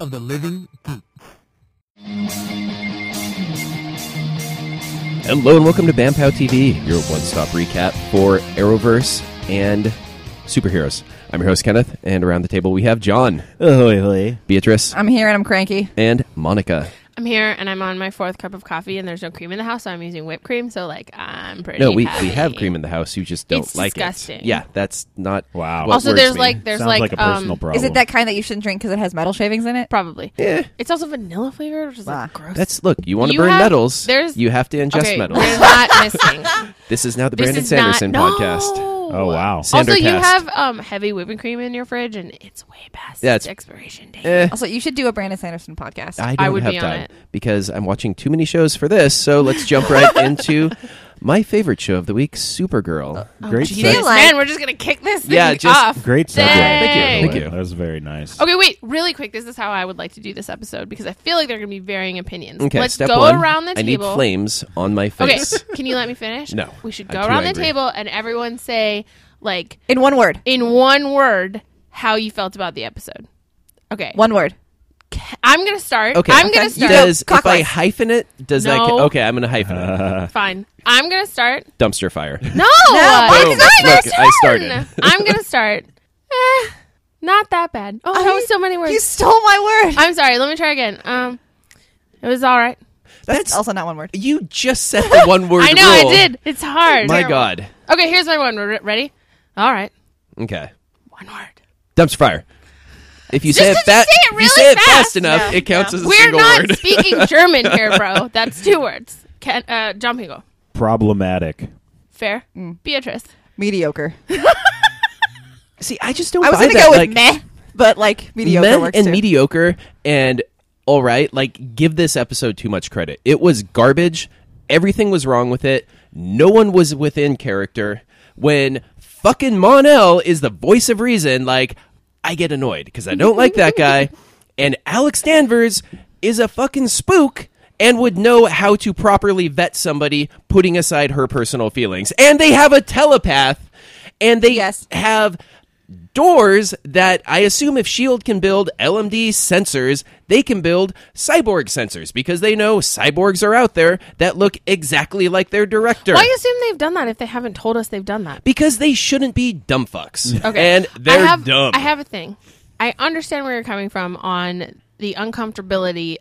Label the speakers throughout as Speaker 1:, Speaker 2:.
Speaker 1: of the living
Speaker 2: Hello and welcome to Bampow TV, your one-stop recap for Arrowverse and superheroes. I'm your host Kenneth, and around the table we have John,
Speaker 3: Ahoy, ahoy.
Speaker 2: Beatrice,
Speaker 4: I'm here and I'm cranky.
Speaker 2: and Monica.
Speaker 5: I'm here and I'm on my fourth cup of coffee and there's no cream in the house, so I'm using whipped cream. So like I'm pretty.
Speaker 2: No, we,
Speaker 5: happy.
Speaker 2: we have cream in the house. You just don't
Speaker 5: It's
Speaker 2: like
Speaker 5: disgusting.
Speaker 2: it. Yeah, that's not
Speaker 3: Wow.
Speaker 2: what
Speaker 5: Also,
Speaker 2: worries
Speaker 5: there's
Speaker 2: me.
Speaker 5: like there's
Speaker 3: Sounds
Speaker 5: like,
Speaker 3: like, a personal
Speaker 5: um,
Speaker 3: problem.
Speaker 4: Is it that kind that you shouldn't drink because it has metal shavings in it?
Speaker 5: probably.
Speaker 2: Yeah.
Speaker 5: It's also vanilla flavored, which is
Speaker 4: Wow.
Speaker 5: like gross.
Speaker 2: Eh, That's look. You want to
Speaker 5: You
Speaker 2: burn
Speaker 5: have-
Speaker 2: metals?
Speaker 5: there's-
Speaker 2: you have to ingest
Speaker 5: okay,
Speaker 2: metals.
Speaker 5: We're not missing.
Speaker 2: This is now the
Speaker 5: This
Speaker 2: Brandon
Speaker 5: is
Speaker 2: Sanderson
Speaker 5: not,
Speaker 2: podcast.
Speaker 5: No.
Speaker 3: Oh wow.
Speaker 2: Sa-
Speaker 5: Also, you
Speaker 2: Sandercast.
Speaker 5: have um, heavy whipping cream in your fridge, and it's way past
Speaker 2: Yeah,
Speaker 5: its
Speaker 2: it's-
Speaker 5: expiration date.
Speaker 2: Eh,
Speaker 4: Also, you should do a Brandon Sanderson podcast.
Speaker 2: I
Speaker 5: I
Speaker 2: don't
Speaker 5: would
Speaker 2: have
Speaker 5: be on
Speaker 2: time
Speaker 5: it.
Speaker 2: because I'm watching too many shows for this. So let's jump right into my favorite show of the week, Supergirl.
Speaker 3: Great
Speaker 5: Jesus,
Speaker 3: segue.
Speaker 4: feel like-
Speaker 5: man, we're just gonna kick this thing
Speaker 2: Yeah, just
Speaker 5: off.
Speaker 3: Great segue.
Speaker 5: Thank you.
Speaker 2: Thank you.
Speaker 3: That was very nice.
Speaker 5: Okay, wait, really quick. This is how I would like to do this episode because I feel like there are going to be varying opinions.
Speaker 2: Okay,
Speaker 5: Let's
Speaker 2: step
Speaker 5: go
Speaker 2: one.
Speaker 5: around the
Speaker 2: I need
Speaker 5: table.
Speaker 2: flames on my
Speaker 5: Okay,
Speaker 2: face.
Speaker 5: can you let me finish?
Speaker 2: No,
Speaker 5: We should
Speaker 2: I'm
Speaker 5: go
Speaker 2: too
Speaker 5: around the
Speaker 2: angry.
Speaker 5: table and everyone say, like,
Speaker 4: In one word.
Speaker 5: in one word, how you felt about the episode. Okay,
Speaker 4: One word.
Speaker 5: I'm gonna start.
Speaker 2: Okay,
Speaker 5: I'm gonna start.
Speaker 2: Does if I
Speaker 4: clockwise.
Speaker 2: hyphen it? Does that?
Speaker 5: No.
Speaker 2: Okay, I'm gonna hyphen it.
Speaker 5: Fine. I'm gonna start.
Speaker 2: Dumpster fire.
Speaker 5: No,
Speaker 4: Mike,
Speaker 2: Boom.
Speaker 4: it's not my
Speaker 2: Look, I started.
Speaker 5: I'm gonna start. Eh, not that bad. Oh, that was so many words.
Speaker 4: You stole my word.
Speaker 5: I'm sorry. Let me try again. Um, it was all right.
Speaker 2: That's
Speaker 4: also not one word.
Speaker 2: you just said the one word.
Speaker 5: I know.
Speaker 2: rule.
Speaker 5: I did. It's hard.
Speaker 2: My
Speaker 5: Terrible.
Speaker 2: God.
Speaker 5: Okay, here's my one. Re- Ready? All right.
Speaker 2: Okay.
Speaker 5: One word.
Speaker 2: Dumpster fire. If you say it,
Speaker 5: 'cause you
Speaker 2: fa-
Speaker 5: say it
Speaker 2: if
Speaker 5: really
Speaker 2: say it fast,
Speaker 5: fast,
Speaker 2: enough,
Speaker 5: no.
Speaker 2: it counts as a
Speaker 5: We're
Speaker 2: single
Speaker 5: not
Speaker 2: word.
Speaker 5: speaking German here, bro. That's two words. Can uh, John Pingle.
Speaker 3: Problematic.
Speaker 5: Fair.
Speaker 2: Mm.
Speaker 5: Beatrice.
Speaker 4: Mediocre.
Speaker 2: See, I just don't.
Speaker 4: I was
Speaker 2: buy
Speaker 4: gonna
Speaker 2: that.
Speaker 4: go with
Speaker 2: like,
Speaker 4: meh, but like mediocre
Speaker 2: meh
Speaker 4: works
Speaker 2: and
Speaker 4: too.
Speaker 2: mediocre and all right. Like, give this episode too much credit. It was garbage. Everything was wrong with it. No one was within character. When fucking Monel is the voice of reason, like I get annoyed because I don't like that guy. And Alex Danvers is a fucking spook and would know how to properly vet somebody, putting aside her personal feelings. And they have a telepath, and they
Speaker 4: Yes.
Speaker 2: have doors that I assume if Shield can build LMD sensors, they can build cyborg sensors because they know cyborgs are out there that look exactly like their director.
Speaker 5: Why assume they've done that if they haven't told us they've done that?
Speaker 2: because they shouldn't be dumb fucks.
Speaker 5: Okay.
Speaker 2: And they're
Speaker 5: I have,
Speaker 2: dumb.
Speaker 5: I have a thing. I understand where you're coming from on the uncomfortability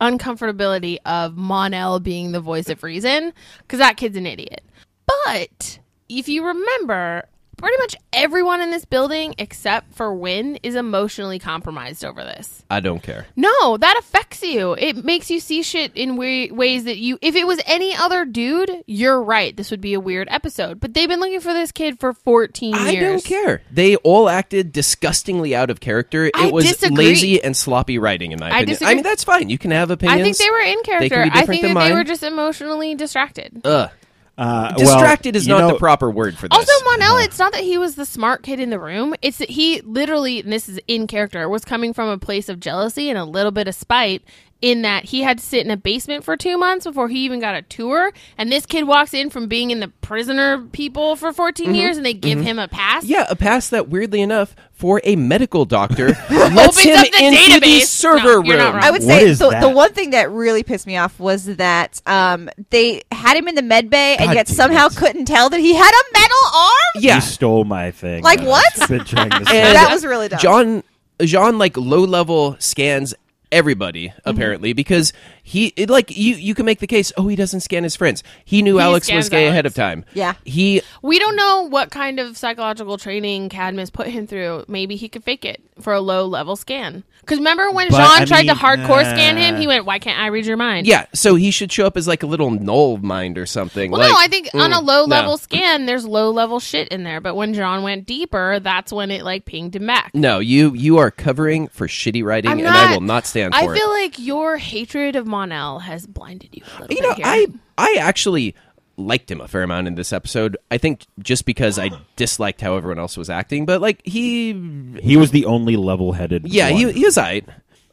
Speaker 5: uncomfortability of Monel being the voice of reason because that kid's an idiot. But if you remember, pretty much everyone in this building except for Win is emotionally compromised over this.
Speaker 2: I don't care.
Speaker 5: No, that affects you. It makes you see shit in we- ways that you. If it was any other dude, you're right. This would be a weird episode. But they've been looking for this kid for 14
Speaker 2: I
Speaker 5: years.
Speaker 2: don't care. They all acted disgustingly out of character.
Speaker 5: I
Speaker 2: it was
Speaker 5: disagree.
Speaker 2: lazy and sloppy writing, in my opinion.
Speaker 5: disagree.
Speaker 2: I mean, that's fine. You can have opinions.
Speaker 5: I think they were in
Speaker 2: They
Speaker 5: character.
Speaker 2: can be
Speaker 5: I
Speaker 2: different
Speaker 5: think
Speaker 2: than
Speaker 5: that
Speaker 2: mine.
Speaker 5: they were just emotionally distracted.
Speaker 2: Ugh.
Speaker 3: Uh, well,
Speaker 2: Distracted is
Speaker 3: you
Speaker 2: not
Speaker 3: know,
Speaker 2: the proper word for this.
Speaker 5: Also, Monel, it's not that he was the smart kid in the room. It's that he literally, and this is in character, was coming from a place of jealousy and a little bit of spite in that he had to sit in a basement for two months before he even got a tour. And this kid walks in from being in the prisoner people for 14
Speaker 3: Mm-hmm.
Speaker 5: years and they give him a pass.
Speaker 2: Yeah, a pass that weirdly enough for a medical doctor lets
Speaker 5: Opens
Speaker 2: him
Speaker 5: up the
Speaker 2: into the
Speaker 5: database.
Speaker 2: server
Speaker 5: No, you're not
Speaker 2: room.
Speaker 5: wrong.
Speaker 4: I would
Speaker 3: What
Speaker 4: say
Speaker 3: is
Speaker 4: the,
Speaker 3: that?
Speaker 4: the one thing that really pissed me off was that um, they had him in the med bay and
Speaker 3: God
Speaker 4: yet
Speaker 3: damn
Speaker 4: somehow
Speaker 3: it.
Speaker 4: couldn't tell that he had a metal arm.
Speaker 2: yeah,
Speaker 3: You stole my thing. uh,
Speaker 4: Like
Speaker 3: I've
Speaker 4: what?
Speaker 3: been trying to say
Speaker 2: And
Speaker 4: that was really dumb.
Speaker 2: John John like low level scans everybody
Speaker 5: Mm-hmm.
Speaker 2: apparently because he it, like you you can make the case oh he doesn't scan his friends he knew
Speaker 5: He
Speaker 2: Alex was
Speaker 5: scans
Speaker 2: gay
Speaker 5: Alex.
Speaker 2: ahead of time
Speaker 4: Yeah.
Speaker 2: he
Speaker 5: We don't know what kind of psychological training Cadmus put him through. Maybe he could fake it for a low level scan. Because remember when
Speaker 3: But,
Speaker 5: Jean
Speaker 3: I
Speaker 5: tried to
Speaker 3: mean,
Speaker 5: hardcore
Speaker 3: uh,
Speaker 5: scan him, he went, Why can't I read your mind?
Speaker 2: yeah so he should show up as like a little null mind or something
Speaker 5: Well,
Speaker 2: like,
Speaker 5: no, I think on a
Speaker 2: mm,
Speaker 5: low level
Speaker 2: no.
Speaker 5: scan, there's low level shit in there. But when John went deeper, that's when it like pinged him back.
Speaker 2: no you you are covering for shitty writing
Speaker 5: I'm
Speaker 2: and
Speaker 5: not-
Speaker 2: I will not stand
Speaker 5: I
Speaker 2: for it
Speaker 5: feel like your hatred of Monel has blinded you a little
Speaker 2: you
Speaker 5: bit
Speaker 2: know
Speaker 5: here.
Speaker 2: i i actually liked him a fair amount in this episode i think just because i disliked how everyone else was acting but like he
Speaker 3: he was the only level-headed.
Speaker 2: yeah
Speaker 3: one.
Speaker 2: he, he was i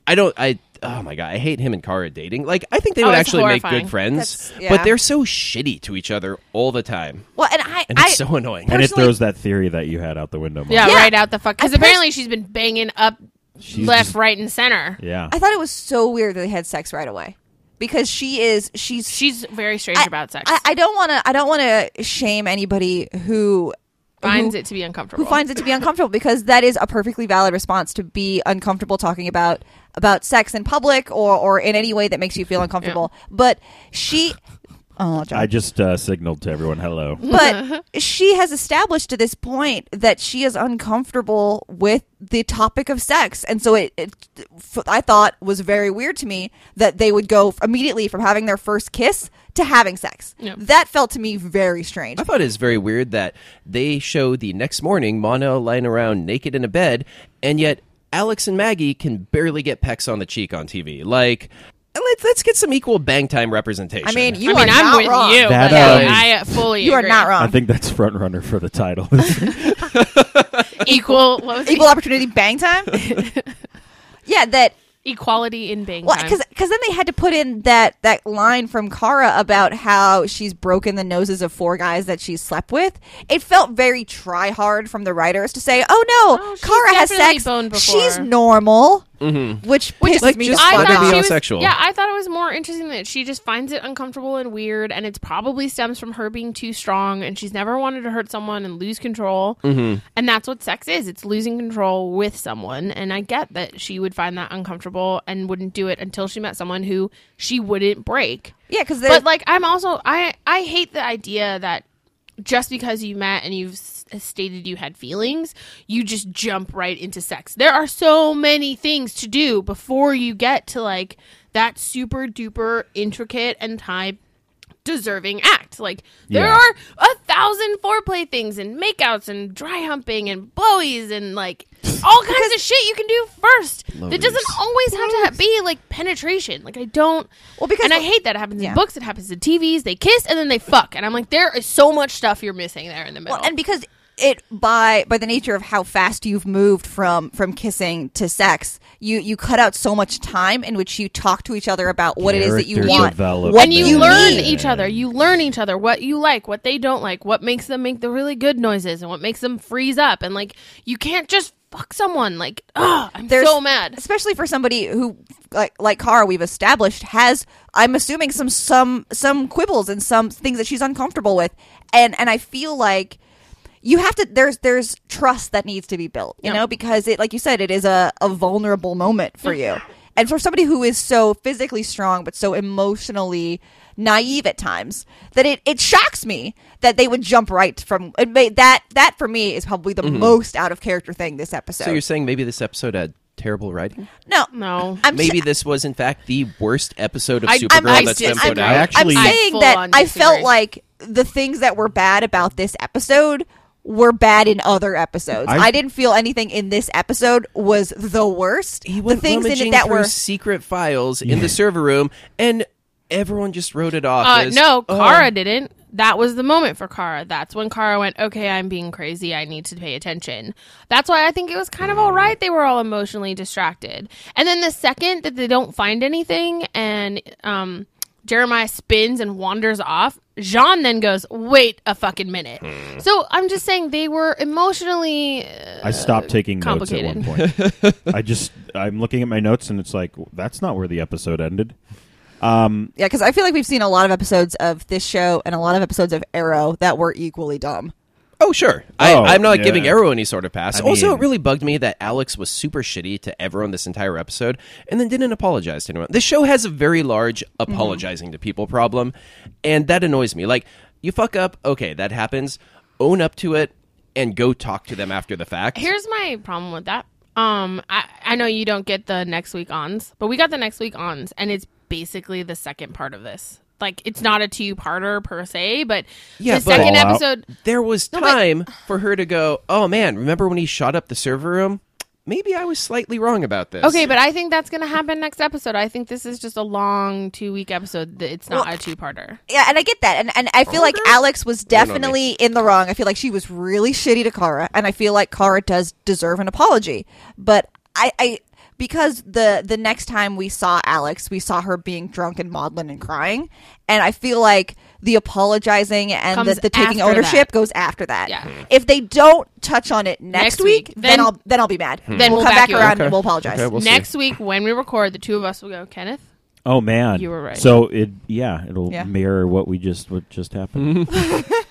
Speaker 2: i don't i oh my god i hate him and kara dating like i think they
Speaker 5: Oh,
Speaker 2: would
Speaker 5: it's
Speaker 2: actually make
Speaker 5: horrifying.
Speaker 2: good friends
Speaker 4: That's- yeah.
Speaker 2: but they're so shitty to each other all the time
Speaker 4: Well, and I,
Speaker 2: and
Speaker 4: I
Speaker 2: it's so annoying
Speaker 3: and it
Speaker 4: personally-
Speaker 3: throws that theory that you had out the window. Mark.
Speaker 5: yeah,
Speaker 4: Yeah.
Speaker 5: right out the fuck. Because
Speaker 4: I pers-
Speaker 5: apparently she's been banging up
Speaker 3: She's
Speaker 5: left,
Speaker 3: just-
Speaker 5: right, and center.
Speaker 3: yeah.
Speaker 4: I thought it was so weird that they had sex right away because she is she's
Speaker 5: She's very strange
Speaker 4: I-
Speaker 5: about sex.
Speaker 4: I, I don't want to I don't want to shame anybody who
Speaker 5: finds
Speaker 4: who,
Speaker 5: it to be uncomfortable.
Speaker 4: who finds it to be uncomfortable because that is a perfectly valid response to be uncomfortable talking about about sex in public or or in any way that makes you feel uncomfortable. But she oh John.
Speaker 3: I just uh, signaled to everyone, hello.
Speaker 4: but she has established to this point that she is uncomfortable with the topic of sex and so it, it f- i thought was very weird to me that they would go f- immediately from having their first kiss to having sex
Speaker 5: Yeah.
Speaker 4: that felt to me very strange
Speaker 2: I thought it was very weird that they show the next morning Mono lying around naked in a bed, and yet Alex and Maggie can barely get pecks on the cheek on TV. Like, let's let's get some equal bang time representation.
Speaker 4: i mean you
Speaker 5: I mean,
Speaker 4: are
Speaker 5: I'm
Speaker 4: not
Speaker 5: with
Speaker 4: wrong.
Speaker 5: you.
Speaker 3: That,
Speaker 5: like,
Speaker 3: um,
Speaker 5: I fully.
Speaker 4: you are
Speaker 5: agree.
Speaker 4: not
Speaker 3: I
Speaker 4: wrong
Speaker 3: think that's front runner for the title.
Speaker 5: Equal. What was
Speaker 4: equal
Speaker 5: equal
Speaker 4: opportunity bang time yeah that
Speaker 5: equality in being.
Speaker 4: Well,
Speaker 5: time.
Speaker 4: because then they had to put in that that line from Kara about how she's broken the noses of four guys that she's slept with. It felt very try hard from the writers to say, "Oh no,
Speaker 5: Oh, she's
Speaker 4: Kara has
Speaker 5: definitely
Speaker 4: sex.
Speaker 5: boned before."
Speaker 4: She's normal," which pisses
Speaker 2: like,
Speaker 4: me
Speaker 2: just
Speaker 4: the
Speaker 2: let
Speaker 4: fuck
Speaker 2: her be
Speaker 4: off.
Speaker 5: she was-
Speaker 2: asexual.
Speaker 5: yeah, I thought it was more interesting that she just finds it uncomfortable and weird, and it's probably stems from her being too strong, and she's never wanted to hurt someone and lose control,
Speaker 2: Mm-hmm.
Speaker 5: and that's what sex is. It's losing control with someone, and I get that she would find that uncomfortable and wouldn't do it until she met someone who she wouldn't break.
Speaker 4: Yeah, because
Speaker 5: But like, I'm also I I hate the idea that just because you met and you've s- stated you had feelings, you just jump right into sex. There are so many things to do before you get to like that super duper intricate and time deserving act. Like there
Speaker 3: Yeah.
Speaker 5: are a thousand foreplay things and makeouts and dry humping and blowies and like all kinds of shit you can do first. That doesn't always have to ha- be like penetration. Like I don't
Speaker 4: Well, because-
Speaker 5: and I hate that it happens
Speaker 4: Yeah.
Speaker 5: in books, it happens in TVs. They kiss and then they fuck, and I'm like, there is so much stuff you're missing there in the middle.
Speaker 4: Well, and because it by by the nature of how fast you've moved from from kissing to sex, you you cut out so much time in which you talk to each other about what it is that you
Speaker 3: Character
Speaker 4: want,
Speaker 3: development.
Speaker 4: what
Speaker 5: And
Speaker 3: But
Speaker 5: you
Speaker 3: they
Speaker 5: learn
Speaker 3: need-
Speaker 5: each other. You learn each other what you like, what they don't like, what makes them make the really good noises, and what makes them freeze up. And like, you can't just fuck someone. Like, oh, I'm
Speaker 4: There's-
Speaker 5: so mad.
Speaker 4: especially for somebody who like like Kara we've established has I'm assuming some some some quibbles and some things that she's uncomfortable with and and I feel like you have to there's there's trust that needs to be built you
Speaker 5: Yeah.
Speaker 4: know because it like you said it is a, a vulnerable moment for you
Speaker 5: Mm-hmm.
Speaker 4: and for somebody who is so physically strong but so emotionally naive at times that it, it shocks me that they would jump right from it made, that that for me is probably the most out of character thing this episode
Speaker 2: Mm-hmm. So you're saying maybe this episode had terrible writing?
Speaker 4: no
Speaker 5: No.
Speaker 4: I'm
Speaker 2: Maybe
Speaker 4: sa-
Speaker 2: this was in fact the worst episode of
Speaker 5: I-
Speaker 2: Supergirl
Speaker 5: I'm- I
Speaker 2: that's been put
Speaker 5: disagree.
Speaker 2: out.
Speaker 3: I actually-
Speaker 4: I'm
Speaker 5: I
Speaker 4: saying
Speaker 5: full
Speaker 4: that
Speaker 5: on
Speaker 4: I felt
Speaker 5: disagree.
Speaker 4: like the things that were bad about this episode were bad in other episodes. I,
Speaker 3: I-
Speaker 4: didn't feel anything in this episode was the worst.
Speaker 2: he
Speaker 4: the
Speaker 2: went
Speaker 4: things in it
Speaker 2: rummaging
Speaker 4: that
Speaker 2: through
Speaker 4: were
Speaker 2: secret files in the server room, and everyone just wrote it off.
Speaker 5: Uh,
Speaker 2: as,
Speaker 5: no,
Speaker 2: "Oh,
Speaker 5: Kara didn't. That was the moment for Kara. That's when Kara went, okay, I'm being crazy. I need to pay attention. That's why I think it was kind of all right. They were all emotionally distracted. And then the second that they don't find anything and um, Jeremiah spins and wanders off, Jean then goes, wait a fucking minute. So I'm just saying they were emotionally. Uh,
Speaker 3: I stopped taking notes at one point. I just I'm looking at my notes and it's like that's not where the episode ended.
Speaker 4: yeah, because I feel like we've seen a lot of episodes of this show and a lot of episodes of Arrow that were equally dumb.
Speaker 2: Oh, sure. I,
Speaker 3: Oh,
Speaker 2: I'm not
Speaker 3: yeah.
Speaker 2: giving Arrow any sort of pass.
Speaker 3: I
Speaker 2: also,
Speaker 3: mean-
Speaker 2: it really bugged me that Alex was super shitty to everyone this entire episode and then didn't apologize to anyone. This show has a very large
Speaker 3: Mm-hmm.
Speaker 2: apologizing to people problem, and that annoys me. Like, you fuck up, okay, that happens. Own up to it and go talk to them after the fact.
Speaker 5: Here's my problem with that. Um, I, I know you don't get the next week ons, but we got the next week ons, and it's basically the second part of this. Like, it's not a two parter per se, but
Speaker 2: Yeah,
Speaker 5: the
Speaker 2: but-
Speaker 5: second
Speaker 3: Fallout.
Speaker 5: episode.
Speaker 2: there was time for her to go, oh man, remember when he shot up the server room? Maybe I was slightly wrong about this.
Speaker 5: Okay, but I think that's going to happen next episode. I think this is just a long two week episode. that It's not
Speaker 4: Well,
Speaker 5: a two parter.
Speaker 4: Yeah, and I get that, and and I feel like Alex was
Speaker 2: on me.
Speaker 4: definitely in the wrong. I feel like she was really shitty to Kara, and I feel like Kara does deserve an apology. But I, I because the the next time we saw Alex, we saw her being drunk and maudlin and crying, and I feel like the apologizing and the,
Speaker 5: Comes
Speaker 4: the taking
Speaker 5: after
Speaker 4: ownership
Speaker 5: that.
Speaker 4: goes after that.
Speaker 5: Yeah.
Speaker 4: If they don't touch on it next,
Speaker 5: Next
Speaker 4: week,
Speaker 5: week,
Speaker 4: then,
Speaker 5: then- Hmm.
Speaker 4: I'll then I'll be mad.
Speaker 5: Then
Speaker 4: we'll
Speaker 5: we'll
Speaker 4: come
Speaker 5: back
Speaker 4: back
Speaker 5: you
Speaker 4: around
Speaker 5: up.
Speaker 4: and we'll apologize.
Speaker 2: Okay, we'll see.
Speaker 5: Next week when we record, the two of us will go, Kenneth.
Speaker 3: Oh man,
Speaker 5: You were right.
Speaker 3: So it, yeah, it'll
Speaker 4: Yeah.
Speaker 3: mirror what we just what just happened.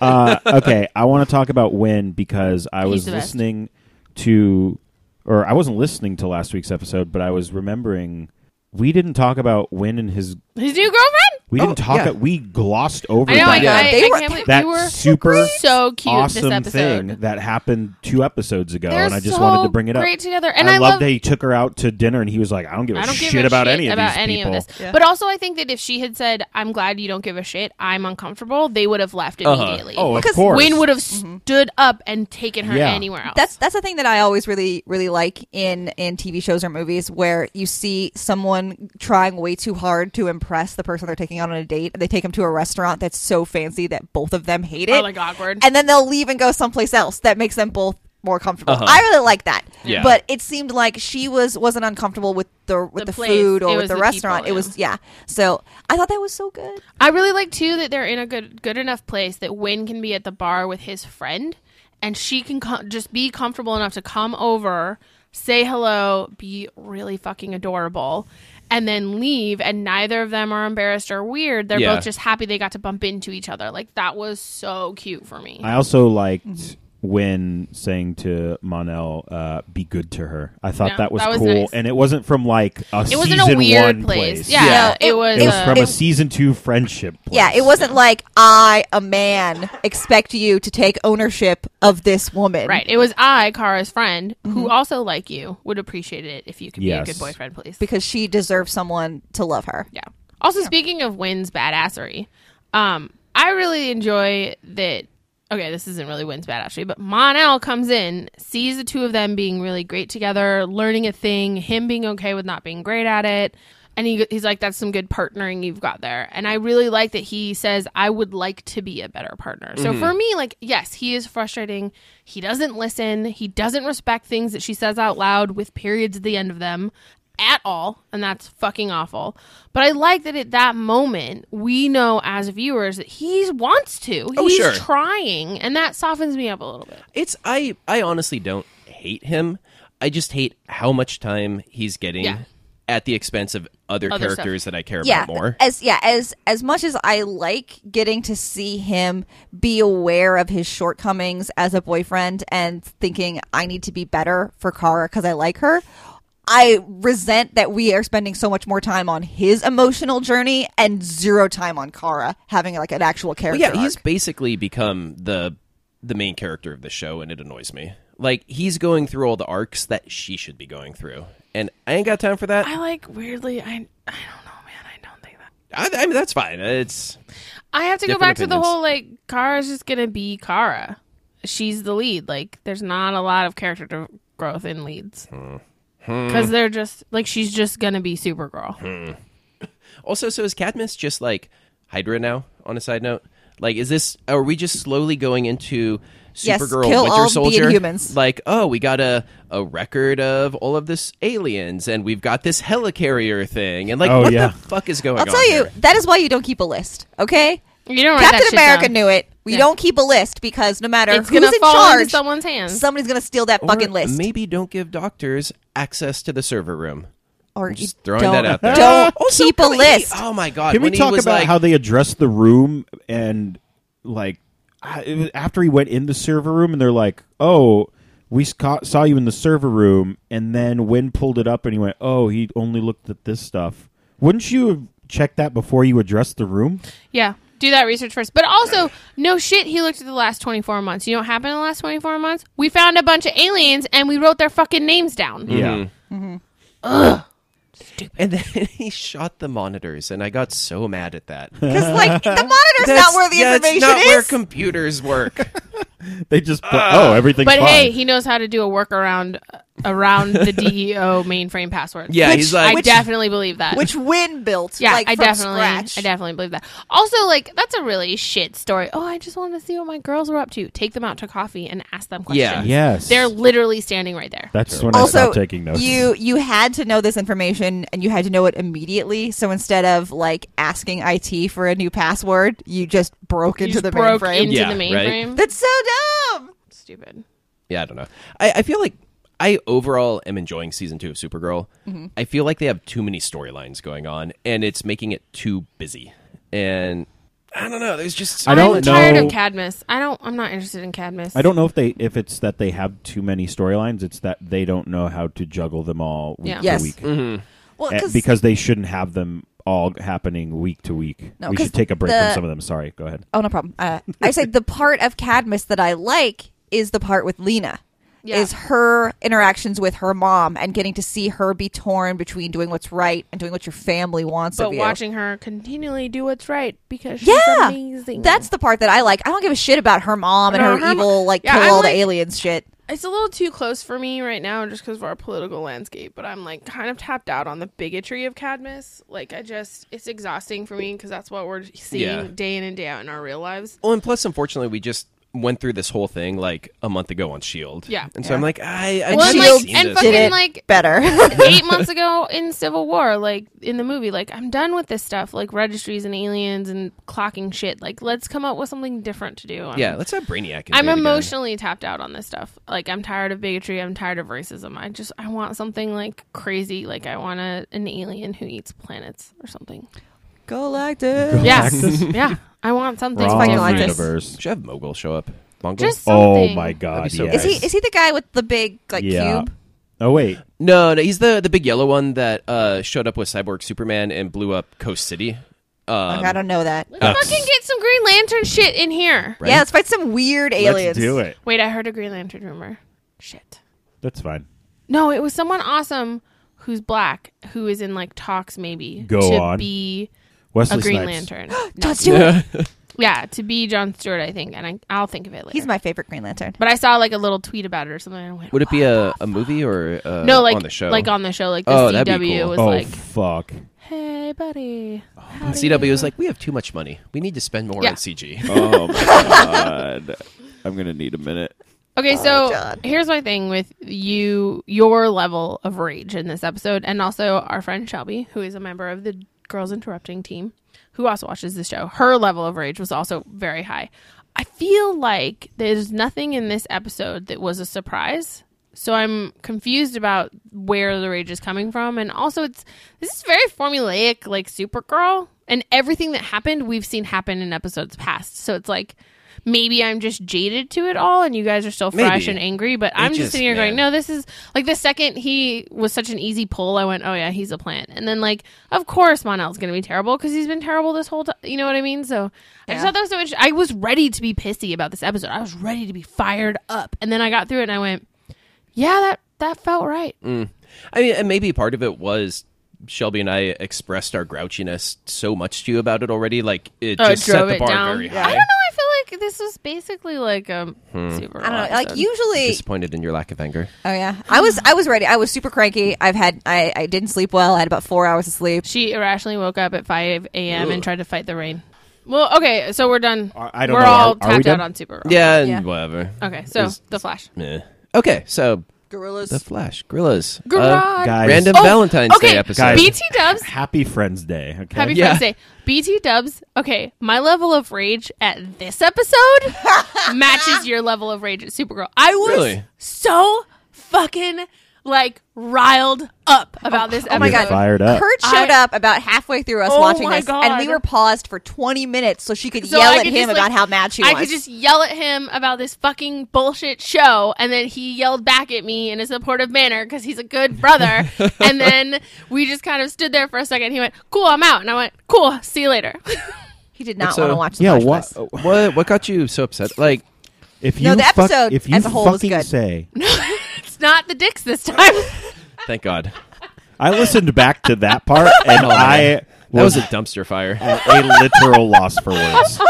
Speaker 3: uh, okay, I want to talk about Win because I
Speaker 5: He's
Speaker 3: was
Speaker 5: the best.
Speaker 3: listening to, or I wasn't listening to last week's episode, but I was remembering we didn't talk about Win and his.
Speaker 5: His new girlfriend.
Speaker 3: We
Speaker 2: Oh,
Speaker 3: didn't talk.
Speaker 2: yeah.
Speaker 3: about We glossed over
Speaker 5: I know. I,
Speaker 3: that.
Speaker 2: Yeah.
Speaker 5: I,
Speaker 4: They
Speaker 5: I
Speaker 4: were-
Speaker 5: can't believe
Speaker 3: that
Speaker 5: you were
Speaker 3: super
Speaker 5: so cute this
Speaker 3: awesome
Speaker 5: episode.
Speaker 3: thing that happened two episodes ago,
Speaker 5: They're
Speaker 3: and I just
Speaker 5: so
Speaker 3: wanted to bring it up.
Speaker 5: Great together, and
Speaker 3: I,
Speaker 5: I,
Speaker 3: loved
Speaker 5: love
Speaker 3: that he took her out to dinner, and he was like, "I don't give a
Speaker 5: I don't
Speaker 3: shit
Speaker 5: give a
Speaker 3: about
Speaker 5: shit
Speaker 3: any of
Speaker 5: about
Speaker 3: these
Speaker 5: any
Speaker 3: people."
Speaker 5: of this. But also, I think that if she had said, "I'm glad you don't give a shit. I'm uncomfortable," they would have left
Speaker 2: Uh-huh.
Speaker 5: immediately.
Speaker 3: Oh, of
Speaker 4: Because
Speaker 3: course.
Speaker 5: Wynn would have stood up and taken her
Speaker 3: Yeah.
Speaker 5: anywhere else.
Speaker 4: That's that's the thing that I always really really like in in TV shows or movies where you see someone trying way too hard to impress the person they're taking out on a date and they take them to a restaurant that's so fancy that both of them hate it.
Speaker 5: Oh, like awkward.
Speaker 4: And then they'll leave and go someplace else that makes them both more comfortable. I really like that.
Speaker 2: Yeah.
Speaker 4: But it seemed like she was wasn't uncomfortable with the with
Speaker 5: The
Speaker 4: the,
Speaker 5: place.
Speaker 4: food
Speaker 5: It
Speaker 4: or
Speaker 5: was
Speaker 4: with the,
Speaker 5: the
Speaker 4: restaurant.
Speaker 5: people,
Speaker 4: It was yeah. So I thought that was so good.
Speaker 5: I really like too that they're in a good good enough place that Wynn can be at the bar with his friend, and she can co- just be comfortable enough to come over, say hello, be really fucking adorable, and then leave. And neither of them are embarrassed or weird. They're
Speaker 2: Yeah.
Speaker 5: both just happy they got to bump into each other. Like that was so cute for me.
Speaker 3: I also liked
Speaker 5: Mm-hmm.
Speaker 3: when saying to Monel, uh, "Be good to her." I thought
Speaker 5: No,
Speaker 3: that was
Speaker 5: that was
Speaker 3: cool,
Speaker 5: nice.
Speaker 3: and it wasn't from like a
Speaker 5: it
Speaker 3: season
Speaker 5: wasn't a
Speaker 3: one
Speaker 5: weird
Speaker 3: place.
Speaker 5: place. Yeah,
Speaker 4: Yeah.
Speaker 5: it was.
Speaker 3: It was
Speaker 5: uh,
Speaker 3: from a season two friendship. Place.
Speaker 4: Yeah, it wasn't like I, a man, expect you to take ownership of this woman.
Speaker 5: Right. It was I, Kara's friend, who also, like you, would appreciate it if you could
Speaker 3: Yes.
Speaker 5: be a good boyfriend, please.
Speaker 4: Because she deserves someone to love her.
Speaker 5: Yeah. Also, speaking of Wynn's badassery, um, I really enjoy that. Okay, this isn't really Wynn's badassery, but Monel comes in, sees the two of them being really great together, learning a thing, him being okay with not being great at it. And he, he's like, that's some good partnering you've got there. And I really like that he says, I would like to be a better partner. So for me, like, yes, he is frustrating. He doesn't listen. He doesn't respect things that she says out loud with periods at the end of them at all, and that's fucking awful. But I like that at that moment, we know as viewers that he wants to.
Speaker 2: Oh,
Speaker 5: He's
Speaker 2: sure.
Speaker 5: trying, and that softens me up a little bit.
Speaker 2: It's I I honestly don't hate him. I just hate how much time he's getting
Speaker 5: Yeah.
Speaker 2: at the expense of other,
Speaker 5: Other stuff.
Speaker 2: characters that I care
Speaker 4: Yeah.
Speaker 2: about more.
Speaker 4: As yeah, as as much as I like getting to see him be aware of his shortcomings as a boyfriend and thinking I need to be better for Kara cuz I like her. I resent that we are spending so much more time on his emotional journey and zero time on Kara having like an actual
Speaker 2: But
Speaker 4: character.
Speaker 2: yeah, he's
Speaker 4: arc.
Speaker 2: basically become the the main character of the show and it annoys me. Like he's going through all the arcs that she should be going through. And I ain't got time for that.
Speaker 5: I like weirdly, I I don't know, man. I don't think that.
Speaker 2: I, I mean that's fine. It's
Speaker 5: I have to go
Speaker 2: Different
Speaker 5: back to the
Speaker 2: opinions.
Speaker 5: whole like Kara's just gonna be Kara. She's the lead. Like, there's not a lot of character de- growth in leads
Speaker 2: Hmm.
Speaker 5: because they're just like she's just gonna be Supergirl.
Speaker 2: Hmm. Also, so is Cadmus just like Hydra now? On a side note, like, is this? Are we just slowly going into
Speaker 4: Yes,
Speaker 2: Supergirl,
Speaker 4: kill
Speaker 2: Winter
Speaker 4: all
Speaker 2: Soldier?
Speaker 4: Inhumans.
Speaker 2: Like, oh, we got a a record of all of this aliens, and we've got this helicarrier thing, and like,
Speaker 3: Oh,
Speaker 2: what
Speaker 3: yeah.
Speaker 2: the fuck is going
Speaker 4: I'll
Speaker 2: on?
Speaker 4: tell you,
Speaker 2: here?
Speaker 4: that is why you don't keep a list, okay?
Speaker 5: You don't write that shit
Speaker 4: Captain America
Speaker 5: down.
Speaker 4: knew it. We
Speaker 5: Yeah.
Speaker 4: don't keep a list because no matter
Speaker 5: It's
Speaker 4: who's
Speaker 5: gonna
Speaker 4: in
Speaker 5: fall
Speaker 4: charge,
Speaker 5: into someone's hands.
Speaker 4: somebody's gonna steal that
Speaker 2: Or
Speaker 4: fucking list.
Speaker 2: Maybe don't give doctors access to the server room.
Speaker 4: or
Speaker 2: Just
Speaker 4: you
Speaker 2: throwing
Speaker 4: don't,
Speaker 2: that out there.
Speaker 4: Don't
Speaker 2: Also,
Speaker 4: keep a
Speaker 2: really,
Speaker 4: list.
Speaker 2: Oh my god!
Speaker 3: Can we
Speaker 2: when he
Speaker 3: talk
Speaker 2: was
Speaker 3: about
Speaker 2: like,
Speaker 3: how they addressed the room and like I- it was after he went in the server room and they're like, "Oh, we sca- saw you in the server room," and then Wynn pulled it up and he went, "Oh, he only looked at this stuff." Wouldn't you have checked that before you addressed the room?
Speaker 5: Yeah. Do that research first. But also, no shit, he looked at the last 24 months. You know what happened in the last 24 months? We found a bunch of aliens and we wrote their fucking names down.
Speaker 2: Mm-hmm.
Speaker 3: Yeah.
Speaker 2: and then he shot the monitors, and I got so mad at that. That's
Speaker 4: Because like the monitor's not where the
Speaker 2: yeah, it's
Speaker 4: information
Speaker 2: not where
Speaker 4: is.
Speaker 2: computers work.
Speaker 3: They just put, oh everything's
Speaker 5: But
Speaker 3: fine.
Speaker 5: hey, he knows how to do a workaround uh, around the DEO mainframe password.
Speaker 2: Yeah,
Speaker 4: Which-
Speaker 2: he's
Speaker 5: I
Speaker 2: like,
Speaker 4: which-
Speaker 5: definitely believe that.
Speaker 4: which Win built.
Speaker 5: yeah,
Speaker 4: like,
Speaker 5: I
Speaker 4: from
Speaker 5: definitely,
Speaker 4: Scratch.
Speaker 5: I definitely believe that. Also, like that's a really shit story. Oh, I just wanted to see what my girls were up to. Take them out to coffee and ask them questions.
Speaker 2: Yeah.
Speaker 3: Yes.
Speaker 5: they're literally standing right there.
Speaker 3: That's when I
Speaker 4: also
Speaker 3: stopped taking notes.
Speaker 4: you you had to know this information and you had to know it immediately so instead of like asking it for a new password you just broke
Speaker 5: You
Speaker 4: into
Speaker 5: just
Speaker 4: the
Speaker 5: broke
Speaker 4: mainframe
Speaker 5: into
Speaker 2: Yeah,
Speaker 5: the
Speaker 2: right.
Speaker 5: mainframe.
Speaker 4: that's so dumb
Speaker 5: Stupid.
Speaker 2: yeah, I don't know. I, I feel like I overall am enjoying season two of Supergirl.
Speaker 5: Mm-hmm.
Speaker 2: I feel like they have too many storylines going on, and it's making it too busy. And I don't know. There's just
Speaker 3: I don't
Speaker 5: I'm tired
Speaker 3: know-
Speaker 5: of Cadmus. I don't. I'm not interested in Cadmus.
Speaker 3: I don't know if they if it's that they have too many storylines. It's that they don't know how to juggle them all week
Speaker 5: Yeah.
Speaker 3: to
Speaker 4: Yes.
Speaker 3: week
Speaker 4: well
Speaker 3: Eh,
Speaker 4: cause,
Speaker 3: because they shouldn't have them all happening week to week.
Speaker 4: No,
Speaker 3: we
Speaker 4: 'cause
Speaker 3: should take a break
Speaker 4: the-
Speaker 3: from some of them. Sorry, go ahead.
Speaker 4: oh no problem uh, i said the part of cadmus that i like is the part with lena
Speaker 5: Yeah.
Speaker 4: is her interactions with her mom and getting to see her be torn between doing what's right and doing what your family wants
Speaker 5: But
Speaker 4: of you
Speaker 5: watching her continually do what's right because she's
Speaker 4: yeah,
Speaker 5: amazing.
Speaker 4: that's the part that I like. I don't give a shit about her mom and
Speaker 5: No,
Speaker 4: her,
Speaker 5: her mo-
Speaker 4: evil, like
Speaker 5: Uh-huh.
Speaker 4: kill
Speaker 5: Yeah, I'm
Speaker 4: all
Speaker 5: like-
Speaker 4: the aliens shit.
Speaker 5: it's a little too close for me right now just because of our political landscape but i'm like kind of tapped out on the bigotry of cadmus like i just it's exhausting for me because that's what we're seeing
Speaker 2: Yeah.
Speaker 5: day in and day out in our real lives
Speaker 2: Well, and plus, unfortunately, we just went through this whole thing like a month ago on Shield.
Speaker 5: Yeah.
Speaker 2: E and so I'm like, I, I
Speaker 5: Well,
Speaker 2: just
Speaker 5: and,
Speaker 2: haven't
Speaker 5: like-
Speaker 2: seen
Speaker 5: and
Speaker 2: this.
Speaker 5: fucking-
Speaker 4: Did it
Speaker 5: like-
Speaker 4: better.
Speaker 5: eight months ago in civil war like in the movie like i'm done with this stuff like registries and aliens and clocking shit like let's come up with something different to do I'm-
Speaker 2: yeah, let's have Brainiac. in
Speaker 5: I'm
Speaker 2: there again.
Speaker 5: emotionally tapped out on this stuff. Like I'm tired of bigotry. I'm tired of racism. I just I want something like crazy. Like I want a, an alien who eats planets or something.
Speaker 4: Galactus.
Speaker 5: Yeah,
Speaker 3: Galactus?
Speaker 5: yeah. I want something.
Speaker 4: Wrong fucking
Speaker 5: different.
Speaker 4: Galactus.
Speaker 3: universe.
Speaker 2: Should have Mogul show up. Mongol.
Speaker 5: Just something.
Speaker 3: Oh my god!
Speaker 2: That'd be so
Speaker 3: yes.
Speaker 4: Is he is he the guy with the big like
Speaker 3: yeah.
Speaker 4: cube?
Speaker 3: Oh wait,
Speaker 2: No, no, he's the the big yellow one that uh, showed up with Cyborg Superman and blew up Coast City. Um,
Speaker 4: Like, I don't know that.
Speaker 5: Let's fucking get some Green Lantern shit in here.
Speaker 2: right?
Speaker 4: Yeah, let's fight some weird aliens.
Speaker 3: let's do it.
Speaker 5: Wait, I heard a Green Lantern rumor. Shit.
Speaker 3: That's fine.
Speaker 5: No, it was someone awesome who's black who is in like talks maybe
Speaker 3: Go
Speaker 5: to
Speaker 3: on.
Speaker 5: be
Speaker 3: Wesley
Speaker 5: a Green
Speaker 3: Snipes.
Speaker 5: Lantern.
Speaker 4: Let's do it.
Speaker 5: yeah, to be John Stewart, I think, and I, I'll think of it later.
Speaker 4: He's my favorite Green Lantern.
Speaker 5: But I saw like a little tweet about it or something. And I went,
Speaker 2: Would it be
Speaker 5: "What
Speaker 2: a,
Speaker 5: the
Speaker 2: a movie or uh,
Speaker 5: f-" no like
Speaker 2: on the show?
Speaker 5: like on the show like the
Speaker 2: Oh, Oh.
Speaker 5: CW
Speaker 2: that'd be cool.
Speaker 5: was
Speaker 3: Oh
Speaker 5: like,
Speaker 3: fuck!
Speaker 5: hey buddy,
Speaker 2: The CW was like, we have too much money. We need to spend more
Speaker 5: Yeah.
Speaker 2: on CG.
Speaker 3: Oh my god! I'm gonna need a minute.
Speaker 5: Okay, so
Speaker 4: God.
Speaker 5: here's my thing with you, your level of rage in this episode, and also our friend Shelby, who is a member of the Girls Interrupting team, who also watches the show. Her level of rage was also very high. I feel like there's nothing in this episode that was a surprise. So I'm confused about where the rage is coming from, and also it's this is very formulaic, like Supergirl, and everything that happened we've seen happen in episodes past. So it's like maybe I'm just jaded to it all, and you guys are still fresh
Speaker 2: Maybe.
Speaker 5: and angry. But I'm just
Speaker 2: just-
Speaker 5: sitting here going,
Speaker 2: man.
Speaker 5: no, this is like the second he was such an easy pull, I went, oh yeah, he's a plant, and then like of course Monel's gonna be terrible because he's been terrible this whole time. You know what I mean? So I just
Speaker 4: Yeah.
Speaker 5: thought that was so interesting. I was ready to be pissy about this episode. I was ready to be fired up, and then I got through it and I went, yeah, that that felt right.
Speaker 2: Mm, I mean, and maybe part of it was Shelby and I expressed our grouchiness so much to you about it already. Like it
Speaker 5: Oh, it
Speaker 2: just set
Speaker 5: drove
Speaker 2: the
Speaker 5: it
Speaker 2: bar
Speaker 5: down.
Speaker 2: very
Speaker 4: Yeah.
Speaker 2: high. Hmm.
Speaker 5: I don't know. I feel like this was basically like um, super.
Speaker 4: I don't know. Like usually,
Speaker 2: Disappointed in your lack of anger.
Speaker 4: oh yeah, I was I was ready. I was super cranky. I've had I, I didn't sleep well. I had about four hours of sleep.
Speaker 5: She irrationally woke up at 5 a.m. and tried to fight the rain. Well, okay, so we're done.
Speaker 3: I- I don't
Speaker 5: we're
Speaker 3: know. Are-
Speaker 5: all
Speaker 3: are we
Speaker 5: tapped out
Speaker 3: done?
Speaker 5: on Super.
Speaker 2: Yeah, and
Speaker 4: Yeah.
Speaker 2: whatever.
Speaker 5: Okay, so
Speaker 2: Is-
Speaker 5: the Flash.
Speaker 2: Meh. Okay, so
Speaker 4: Gorillas.
Speaker 2: the Flash, gorillas, Uh,
Speaker 5: Garage.
Speaker 3: guys.
Speaker 2: random
Speaker 5: Oh,
Speaker 2: Valentine's
Speaker 5: okay.
Speaker 2: Day episode.
Speaker 3: Guys.
Speaker 5: BT Dubs.
Speaker 3: Happy Friends Day. Okay.
Speaker 5: Happy
Speaker 2: Yeah.
Speaker 5: Friday. BT Dubs. Okay, my level of rage at this episode matches your level of rage at Supergirl. I was
Speaker 2: Really?
Speaker 5: so fucking like riled up about this episode.
Speaker 4: Oh my
Speaker 3: You're
Speaker 4: god,
Speaker 3: fired up.
Speaker 4: Kurt showed
Speaker 5: I-
Speaker 4: up about halfway through us
Speaker 5: Oh
Speaker 4: watching
Speaker 5: my
Speaker 4: this, and we
Speaker 5: God.
Speaker 4: were paused for twenty minutes so she could
Speaker 5: So
Speaker 4: yell
Speaker 5: I
Speaker 4: at him
Speaker 5: could just,
Speaker 4: about
Speaker 5: like-
Speaker 4: how mad she
Speaker 5: I
Speaker 4: was.
Speaker 5: could just yell at him about this fucking bullshit show, and then he yelled back at me in a supportive manner because he's a good brother. and then we just kind of stood there for a second. He went, "Cool, I'm out," and I went, "Cool, see you later."
Speaker 4: he did not
Speaker 2: So-
Speaker 4: want to watch. The
Speaker 3: Yeah.
Speaker 4: Flash with
Speaker 3: What?
Speaker 4: us.
Speaker 2: What what got you so upset? Like
Speaker 3: If you
Speaker 4: No, the
Speaker 3: fuck-
Speaker 4: episode
Speaker 3: if you
Speaker 4: as a whole was
Speaker 3: fucking
Speaker 4: good.
Speaker 3: say,
Speaker 5: it's not the dicks this time.
Speaker 2: Thank God.
Speaker 3: I listened back to that part, and I
Speaker 2: That was
Speaker 3: was
Speaker 2: a dumpster fire.
Speaker 3: a literal loss for words.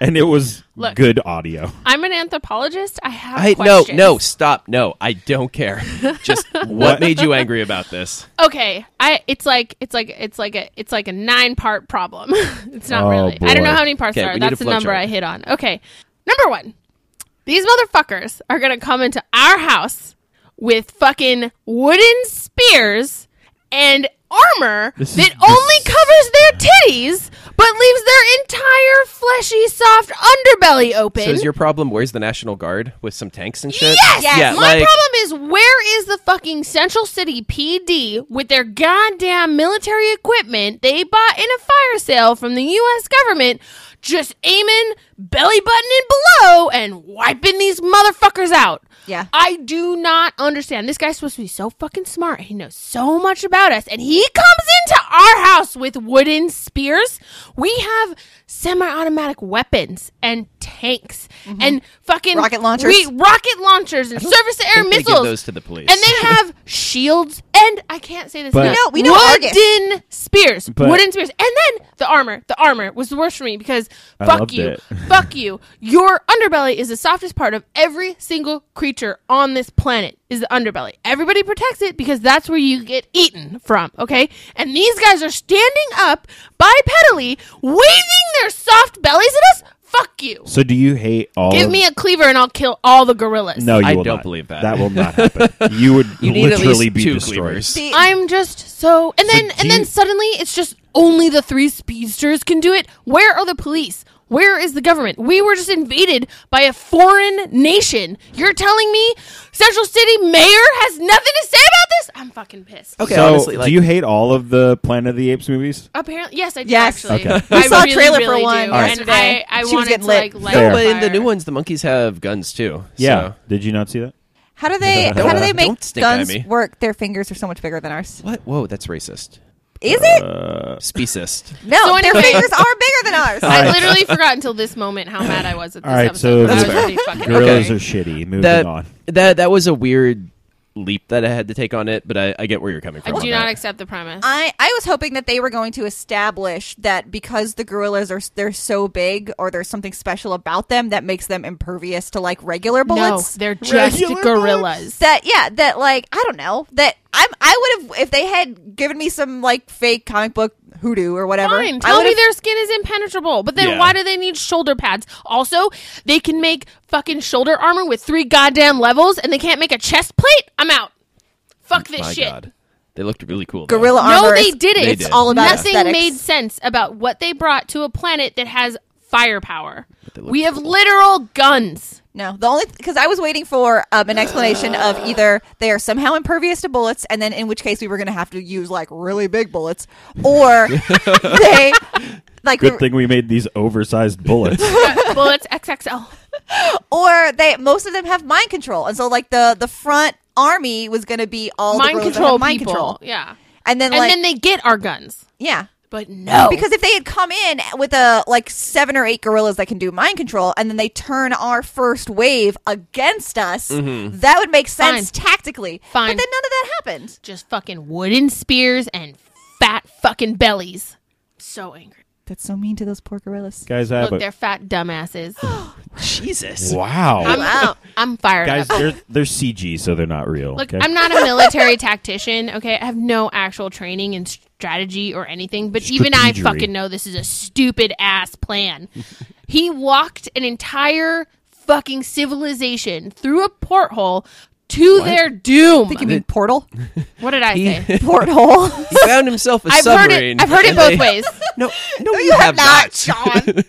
Speaker 3: and it was
Speaker 5: Look.
Speaker 3: good audio.
Speaker 5: I'm an anthropologist. I have
Speaker 2: I no
Speaker 5: questions.
Speaker 2: no stop no I don't care. Just what made you angry about this?
Speaker 5: Okay, I it's like it's like it's like a it's like a nine part problem. it's not
Speaker 3: Oh,
Speaker 5: really. I
Speaker 3: boy.
Speaker 5: don't know how many parts
Speaker 2: Okay,
Speaker 5: there
Speaker 2: we
Speaker 5: are.
Speaker 2: need a
Speaker 5: That's the
Speaker 2: flow
Speaker 5: number
Speaker 2: chart.
Speaker 5: I hit on. Okay, number one, these motherfuckers are gonna come into our house with fucking wooden spears and armor
Speaker 3: This is-
Speaker 5: that only
Speaker 3: this-
Speaker 5: covers their titties but leaves their entire fleshy soft underbelly open.
Speaker 2: So is your problem? Where's the National Guard with some tanks and shit?
Speaker 5: Yes.
Speaker 2: Yeah,
Speaker 5: My
Speaker 2: like
Speaker 5: problem is where is the fucking Central City PD with their goddamn military equipment they bought in a fire sale from the U.S. government, just aiming, belly buttoning below, and wiping these motherfuckers out.
Speaker 4: Yeah.
Speaker 5: I do not understand. This guy's supposed to be so fucking smart. He knows so much about us. And he comes into our house with wooden spears. We have semi automatic weapons and tanks
Speaker 2: Mm-hmm.
Speaker 5: and fucking
Speaker 4: Rocket launchers.
Speaker 5: We, rocket launchers and surface to air
Speaker 2: think they give
Speaker 5: missiles.
Speaker 2: those to the police.
Speaker 5: And they have shields and I can't say this.
Speaker 3: But-
Speaker 5: enough,
Speaker 4: No, we know Argus.
Speaker 5: wooden spears,
Speaker 3: But-
Speaker 5: wooden spears, and then the armor. The armor was the worst for me because
Speaker 3: I
Speaker 5: fuck
Speaker 3: loved
Speaker 5: you,
Speaker 3: it.
Speaker 5: fuck you. Your underbelly is the softest part of every single creature on this planet. Is the underbelly. Everybody protects it because that's where you get eaten from. Okay, and these guys are standing up bipedally, waving their soft bellies at us. Fuck you.
Speaker 3: So do you hate all?
Speaker 5: Give
Speaker 3: of-
Speaker 5: me a cleaver and I'll kill all the gorillas.
Speaker 3: no, you
Speaker 2: I
Speaker 3: will
Speaker 2: don't
Speaker 3: not.
Speaker 2: believe that.
Speaker 3: That will not happen. You would
Speaker 2: you need at
Speaker 3: literally
Speaker 2: least
Speaker 3: be
Speaker 2: two
Speaker 3: destroyed.
Speaker 2: cleavers.
Speaker 4: See,
Speaker 5: I'm just so and then
Speaker 3: do
Speaker 5: and then
Speaker 3: you-
Speaker 5: suddenly it's just only the three speedsters can do it. Where are the police? Where is the government? We were just invaded by a foreign nation. You're telling me Central City mayor has nothing to say about this? I'm fucking pissed.
Speaker 2: Okay,
Speaker 3: so
Speaker 2: honestly, like
Speaker 3: do you hate all of the Planet of the Apes movies?
Speaker 5: Apparently, yes, I do
Speaker 4: Yes.
Speaker 5: actually.
Speaker 3: Okay.
Speaker 4: We
Speaker 5: I
Speaker 4: saw a
Speaker 5: really,
Speaker 4: trailer for
Speaker 5: really
Speaker 4: one
Speaker 5: do.
Speaker 4: yesterday.
Speaker 5: And I, I
Speaker 4: She was
Speaker 5: wanted
Speaker 4: getting
Speaker 5: to
Speaker 4: lit.
Speaker 5: like light
Speaker 3: Fair.
Speaker 5: a
Speaker 2: but in the
Speaker 5: fire.
Speaker 2: new ones, the monkeys have guns too.
Speaker 3: Yeah.
Speaker 2: so-
Speaker 3: Did you not see that?
Speaker 4: how do they? How do they
Speaker 2: Don't
Speaker 4: make
Speaker 2: stick at me.
Speaker 4: guns work? Their fingers are so much bigger than ours.
Speaker 2: What? Whoa, that's racist.
Speaker 4: Is it?
Speaker 3: Uh,
Speaker 2: Speciest.
Speaker 4: No,
Speaker 5: So
Speaker 4: their
Speaker 5: anyway-
Speaker 4: fingers are bigger than ours.
Speaker 5: I literally forgot until this moment how mad I was at this
Speaker 3: All right,
Speaker 5: episode.
Speaker 3: so
Speaker 5: but I was
Speaker 2: the
Speaker 5: pretty fucking
Speaker 3: Gorillas
Speaker 5: angry.
Speaker 3: are shitty. Moving
Speaker 2: that
Speaker 3: on.
Speaker 2: that that was a weird leap that I had to take on it, but I, I get where you're coming from.
Speaker 5: I
Speaker 2: on
Speaker 5: do not
Speaker 2: that.
Speaker 5: accept the premise.
Speaker 4: I, I was hoping that they were going to establish that because the gorillas are they're so big or there's something special about them that makes them impervious to like regular bullets.
Speaker 5: No, they're just
Speaker 3: Regular
Speaker 5: gorillas.
Speaker 4: that yeah that like I don't know that I'm I would have if they had given me some like fake comic book hoodoo or whatever. I
Speaker 5: Fine, tell me
Speaker 4: would've-
Speaker 5: their skin is impenetrable. But then
Speaker 2: Yeah.
Speaker 5: why do they need shoulder pads? Also, they can make fucking shoulder armor with three goddamn levels, and they can't make a chest plate. I'm out. Fuck this
Speaker 2: My
Speaker 5: shit.
Speaker 2: God, they looked really cool. though.
Speaker 4: gorilla armor.
Speaker 5: No, they
Speaker 4: is-
Speaker 5: did it.
Speaker 2: They
Speaker 4: It's
Speaker 2: did.
Speaker 4: all about
Speaker 5: Nothing
Speaker 4: aesthetics.
Speaker 5: made sense about what they brought to a planet that has firepower.
Speaker 2: they look
Speaker 5: We have literal guns.
Speaker 4: No, the only because I was waiting for um, an explanation of either they are somehow impervious to bullets, and then in which case we were going to have to use like really big bullets, or they like
Speaker 3: Good thing we made these oversized bullets.
Speaker 5: Got Bullets XXL.
Speaker 4: or they most of them have mind control, and so like the the front army was going to be all the
Speaker 5: Mind
Speaker 4: gorillas that
Speaker 5: control
Speaker 4: have mind
Speaker 5: people.
Speaker 4: control,
Speaker 5: Yeah.
Speaker 4: and then
Speaker 5: And
Speaker 4: like
Speaker 5: then they get our guns.
Speaker 4: yeah.
Speaker 5: But no.
Speaker 4: Because if they had come in with a like seven or eight gorillas that can do mind control, and then they turn our first wave against us, that would make sense tactically.
Speaker 5: Fine.
Speaker 4: but then none of that happened.
Speaker 5: just fucking wooden spears and fat fucking bellies. So angry.
Speaker 4: That's so mean to those poor gorillas.
Speaker 3: Guys, I have
Speaker 5: Look,
Speaker 3: a
Speaker 5: they're fat dumbasses.
Speaker 2: Jesus.
Speaker 3: wow.
Speaker 5: I'm, I'm fired
Speaker 3: Guys,
Speaker 5: up.
Speaker 3: they're they're CG, so they're not real.
Speaker 5: Look,
Speaker 3: okay?
Speaker 5: I'm not a military tactician, okay? I have no actual training in strategy or anything, but even I
Speaker 3: Strategery.
Speaker 5: fucking know this is a stupid ass plan. he walked an entire fucking civilization through a porthole to their doom.
Speaker 4: think you mean portal?
Speaker 5: what did I say?
Speaker 4: Porthole.
Speaker 2: He found himself a
Speaker 5: I've heard
Speaker 2: submarine.
Speaker 5: it. I've heard it
Speaker 2: and
Speaker 5: both
Speaker 2: they-
Speaker 5: ways.
Speaker 2: No, no, you, have not.
Speaker 4: Sean.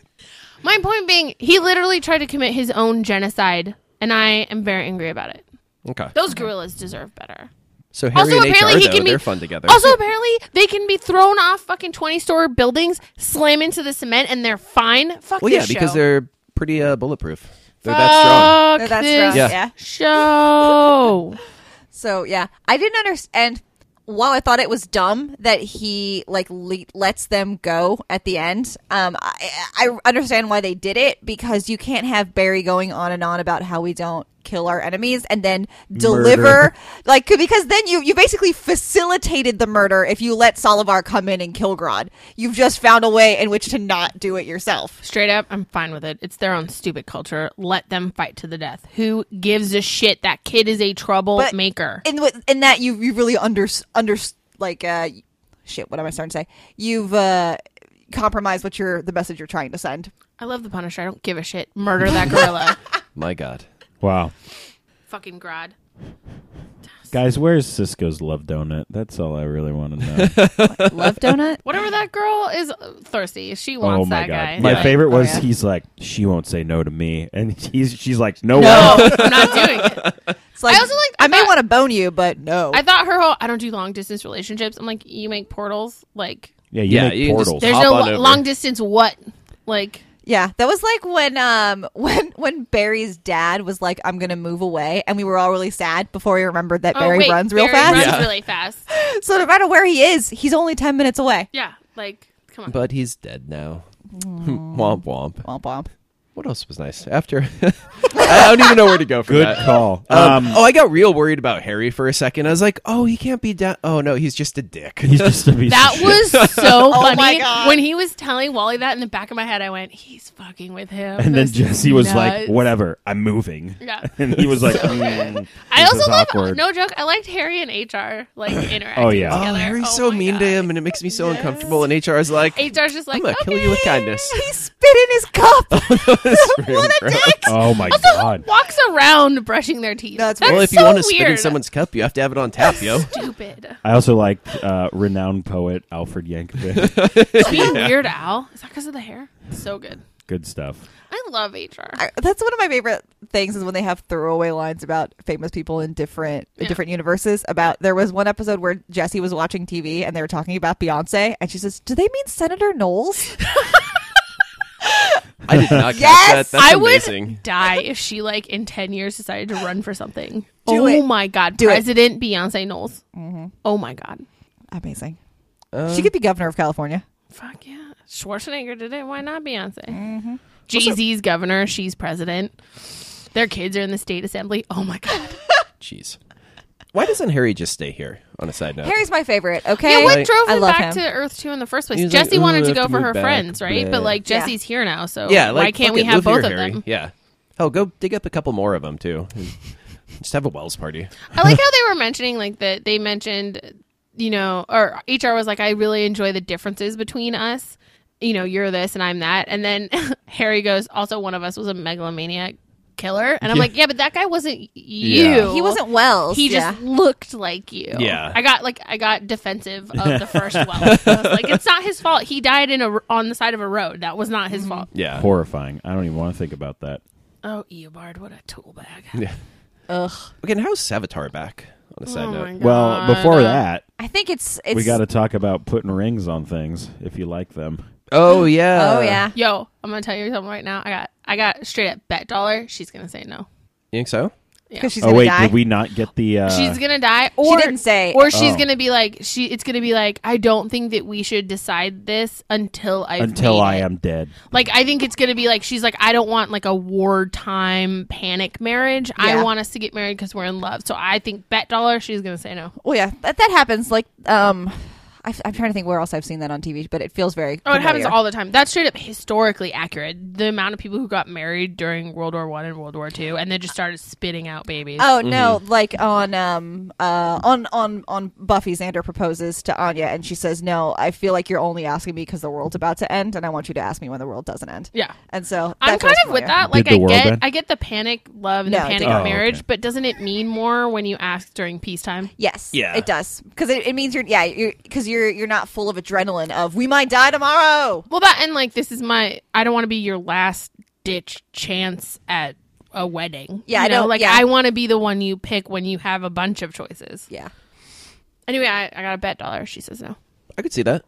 Speaker 5: My point being, he literally tried to commit his own genocide, and I am very angry about it.
Speaker 2: Okay.
Speaker 5: Those gorillas deserve better.
Speaker 2: So Harry
Speaker 5: also,
Speaker 2: and HR,
Speaker 5: apparently, he
Speaker 2: though,
Speaker 5: can be
Speaker 2: they're fun together.
Speaker 5: Also, apparently, they can be thrown off fucking twenty-story buildings, slam into the cement, and they're fine. Fuck
Speaker 2: well, yeah,
Speaker 5: this
Speaker 2: because
Speaker 5: show.
Speaker 2: they're pretty uh, bulletproof. They're
Speaker 5: Fuck
Speaker 2: that strong.
Speaker 4: They're that
Speaker 5: this
Speaker 4: strong. Yeah. Yeah.
Speaker 5: show.
Speaker 4: So yeah, I didn't understand. While I thought it was dumb that he like le- lets them go at the end, um, I, I understand why they did it because you can't have Barry going on and on about how we don't kill our enemies and then deliver like because then you you basically facilitated the murder if you let Salivar come in and kill Grodd. You've just found a way in which to not do it yourself.
Speaker 5: Straight up, I'm fine with it. It's their own stupid culture. Let them fight to the death. Who gives a shit? That kid is a
Speaker 4: But-
Speaker 5: troublemaker.
Speaker 4: In with- in that you you really under under like uh shit, what am I starting to say? You've uh compromised what you're the message you're trying to send.
Speaker 5: I love the Punisher. I don't give a shit. Murder that gorilla.
Speaker 2: My God.
Speaker 3: Wow.
Speaker 5: Fucking Grodd.
Speaker 3: Guys, where's Cisco's love donut? That's all I really want to know.
Speaker 4: Love donut?
Speaker 5: Whatever that girl is uh, thirsty. She wants
Speaker 3: oh my
Speaker 5: that
Speaker 3: god.
Speaker 5: guy.
Speaker 3: My
Speaker 2: Yeah.
Speaker 3: favorite was
Speaker 4: Oh, yeah.
Speaker 3: he's like, she won't say no to me, and he's she's like, no,
Speaker 5: No,
Speaker 3: way.
Speaker 5: Oh, I'm not doing it.
Speaker 4: It's like,
Speaker 5: I also like-
Speaker 4: I may
Speaker 5: I-
Speaker 4: want to bone you, but no.
Speaker 5: I thought her whole I don't do long distance relationships. I'm like, you make portals. Like,
Speaker 3: Yeah, you
Speaker 2: Yeah,
Speaker 3: make
Speaker 2: you can just-
Speaker 3: portals.
Speaker 5: there's
Speaker 2: Hop
Speaker 5: no
Speaker 2: on
Speaker 5: lo-
Speaker 2: over.
Speaker 5: long distance. What? Like,
Speaker 4: Yeah, that was like when um when when Barry's dad was like, "I'm gonna move away," and we were all really sad before we remembered that
Speaker 5: oh,
Speaker 4: Barry
Speaker 5: wait,
Speaker 4: runs real
Speaker 5: Barry
Speaker 4: fast.
Speaker 5: Runs
Speaker 2: Yeah.
Speaker 5: really fast.
Speaker 4: So no matter where he is, he's only ten minutes away.
Speaker 5: Yeah. Like, come on.
Speaker 2: But he's dead now. womp womp.
Speaker 4: Womp womp.
Speaker 2: What else was nice? After. I don't even know where to go from
Speaker 3: Good
Speaker 2: that.
Speaker 3: call.
Speaker 2: Um,
Speaker 3: Um,
Speaker 2: oh, I got real worried about Harry for a second. I was like, oh, he can't be down. Oh, no, he's just a dick.
Speaker 3: he's just a piece of
Speaker 5: That
Speaker 3: shit.
Speaker 5: was so funny.
Speaker 4: Oh my God.
Speaker 5: When he was telling Wally that in the back of my head, I went, "He's fucking with him."
Speaker 3: And then
Speaker 5: This
Speaker 3: Jesse
Speaker 5: is
Speaker 3: was
Speaker 5: nuts.
Speaker 3: like, "Whatever, I'm moving."
Speaker 5: Yeah.
Speaker 3: And he was like, mm,
Speaker 5: I
Speaker 3: this
Speaker 5: also
Speaker 3: is
Speaker 5: love.
Speaker 3: awkward.
Speaker 5: No joke. I liked Harry and HR like interacting.
Speaker 3: Oh, yeah.
Speaker 2: oh,
Speaker 5: together.
Speaker 2: Harry's
Speaker 5: Oh,
Speaker 2: so
Speaker 5: my
Speaker 2: mean
Speaker 5: God.
Speaker 2: to him, and it makes me so uncomfortable. And HR's like,
Speaker 5: HR's just like,
Speaker 2: I'm going to kill you with
Speaker 5: "Okay."
Speaker 2: kindness.
Speaker 4: He spit in his cup.
Speaker 2: It's real gross.
Speaker 3: Oh my god.
Speaker 5: Walks around brushing their teeth.
Speaker 4: No, it's
Speaker 5: That's
Speaker 2: Well, if you
Speaker 5: so
Speaker 2: want to spit in
Speaker 5: weird.
Speaker 2: someone's cup, you have to have it on tap, yo.
Speaker 5: stupid.
Speaker 3: I also liked uh, renowned poet Alfred Yankovic.
Speaker 5: Being Weird Al. Is that because of the hair? So good.
Speaker 3: Good stuff.
Speaker 5: I love HR.
Speaker 4: I- That's one of my favorite things is when they have throwaway lines about famous people in different
Speaker 5: Yeah.
Speaker 4: different universes. About there was one episode where Jesse was watching TV and they were talking about Beyonce, and she says, "Do they mean Senator Knowles?"
Speaker 2: I did not catch
Speaker 4: Yes!
Speaker 2: that. That's
Speaker 5: I would
Speaker 2: amazing.
Speaker 5: die if she like in ten years decided to run for something.
Speaker 4: Do
Speaker 5: oh
Speaker 4: it.
Speaker 5: my god,
Speaker 4: Do it.
Speaker 5: President Beyonce Knowles. Oh my god,
Speaker 4: Amazing.
Speaker 2: Um,
Speaker 4: she could be governor of California.
Speaker 5: fuck yeah, Schwarzenegger did it. Why not Beyonce? Jay Z's governor, she's president. Their kids are in the state assembly. Oh my god,
Speaker 2: Jeez. Why doesn't Harry just stay here? On a side note,
Speaker 4: Harry's my favorite. Okay,
Speaker 5: yeah. What drove
Speaker 4: I
Speaker 5: him
Speaker 4: love
Speaker 5: back
Speaker 4: him.
Speaker 5: to Earth two in the first place?
Speaker 2: He's like,
Speaker 5: Jesse
Speaker 2: "Ooh,
Speaker 5: wanted
Speaker 2: I
Speaker 5: to
Speaker 2: have
Speaker 5: go
Speaker 2: to
Speaker 5: for
Speaker 2: move
Speaker 5: her
Speaker 2: back,
Speaker 5: friends, right?
Speaker 2: blah."
Speaker 5: But like
Speaker 4: Yeah.
Speaker 5: Jesse's here now, so
Speaker 2: yeah, like,
Speaker 5: why can't
Speaker 2: fuck
Speaker 5: we
Speaker 2: it,
Speaker 5: have
Speaker 2: live
Speaker 5: both
Speaker 2: here,
Speaker 5: of
Speaker 2: Harry.
Speaker 5: them?
Speaker 2: Yeah. Hell, go dig up a couple more of them too. and Just have a Wells party.
Speaker 5: I like how they were mentioning like that they mentioned you know or HR was like I really enjoy the differences between us. You know, you're this and I'm that. And then Harry goes also one of us was a megalomaniac killer. And I'm like, yeah, but that guy wasn't you.
Speaker 3: Yeah.
Speaker 4: He wasn't Wells.
Speaker 5: He
Speaker 4: yeah.
Speaker 5: just looked like you.
Speaker 2: Yeah.
Speaker 5: I got like I got defensive of the first well. I was like it's not his fault. He died in a on the side of a road. That was not his fault.
Speaker 2: Yeah.
Speaker 3: Horrifying. I don't even want to think about that.
Speaker 5: Mm-hmm. Oh, Eobard, what a tool bag.
Speaker 2: Yeah.
Speaker 4: Ugh.
Speaker 2: Okay, and how's Savitar back? On a side
Speaker 5: Oh my
Speaker 2: note,
Speaker 5: God.
Speaker 3: Well, before that,
Speaker 4: I think it's it's.
Speaker 3: we got to talk about putting rings on things if you like them.
Speaker 2: oh yeah,
Speaker 4: Oh yeah.
Speaker 5: Yo, I'm gonna tell you something right now. I got I got straight up bet dollar. She's gonna say no.
Speaker 2: you think so?
Speaker 5: Yeah.
Speaker 4: Because she's
Speaker 3: oh
Speaker 4: gonna
Speaker 3: wait,
Speaker 4: die.
Speaker 3: did we not get the? Uh,
Speaker 5: she's gonna die, or
Speaker 4: didn't say-
Speaker 5: or she's
Speaker 3: Oh.
Speaker 5: gonna be like she. It's gonna be like I don't think that we should decide this until I
Speaker 3: until I am dead.
Speaker 5: like I think it's gonna be like she's like I don't want like a wartime panic marriage. I
Speaker 4: Yeah.
Speaker 5: want us to get married because we're in love. So I think bet dollar she's gonna say no.
Speaker 4: Oh yeah, that, that happens. Like um, I, I'm trying to think where else I've seen that on TV, but it feels very.
Speaker 5: Oh, it happens
Speaker 4: familiar.
Speaker 5: all the time. That's straight up historically accurate. The amount of people who got married during World War One and World War Two, and then just started spitting out babies.
Speaker 4: Oh no,
Speaker 2: Mm-hmm.
Speaker 4: like on um uh on on on Buffy Xander proposes to Anya and she says no. I feel like you're only asking me because the world's about to end, and I want you to ask me when the world doesn't end.
Speaker 5: Yeah.
Speaker 4: and so
Speaker 5: I'm
Speaker 4: that
Speaker 5: kind
Speaker 4: feels
Speaker 5: of with
Speaker 4: familiar.
Speaker 5: that. Like
Speaker 3: Did the
Speaker 5: I
Speaker 3: world
Speaker 5: get,
Speaker 3: end?
Speaker 5: I get the panic love and
Speaker 4: No,
Speaker 5: the
Speaker 4: it
Speaker 5: panic
Speaker 4: didn't.
Speaker 5: of
Speaker 3: Oh,
Speaker 5: marriage,
Speaker 3: okay.
Speaker 5: but doesn't it mean more when you ask during peacetime?
Speaker 4: Yes,
Speaker 2: Yeah.
Speaker 4: it does because it, it means you're yeah you're because you're you're not full of adrenaline of we might die tomorrow.
Speaker 5: Well, that and like this is my. I don't want to be your last ditch chance at a wedding.
Speaker 4: Yeah,
Speaker 5: you
Speaker 4: I
Speaker 5: know?
Speaker 4: don't-
Speaker 5: Like
Speaker 4: yeah.
Speaker 5: I want to be the one you pick when you have a bunch of choices.
Speaker 4: Yeah,
Speaker 5: Anyway, I, I got a bet dollar. She says no.
Speaker 2: I could see that.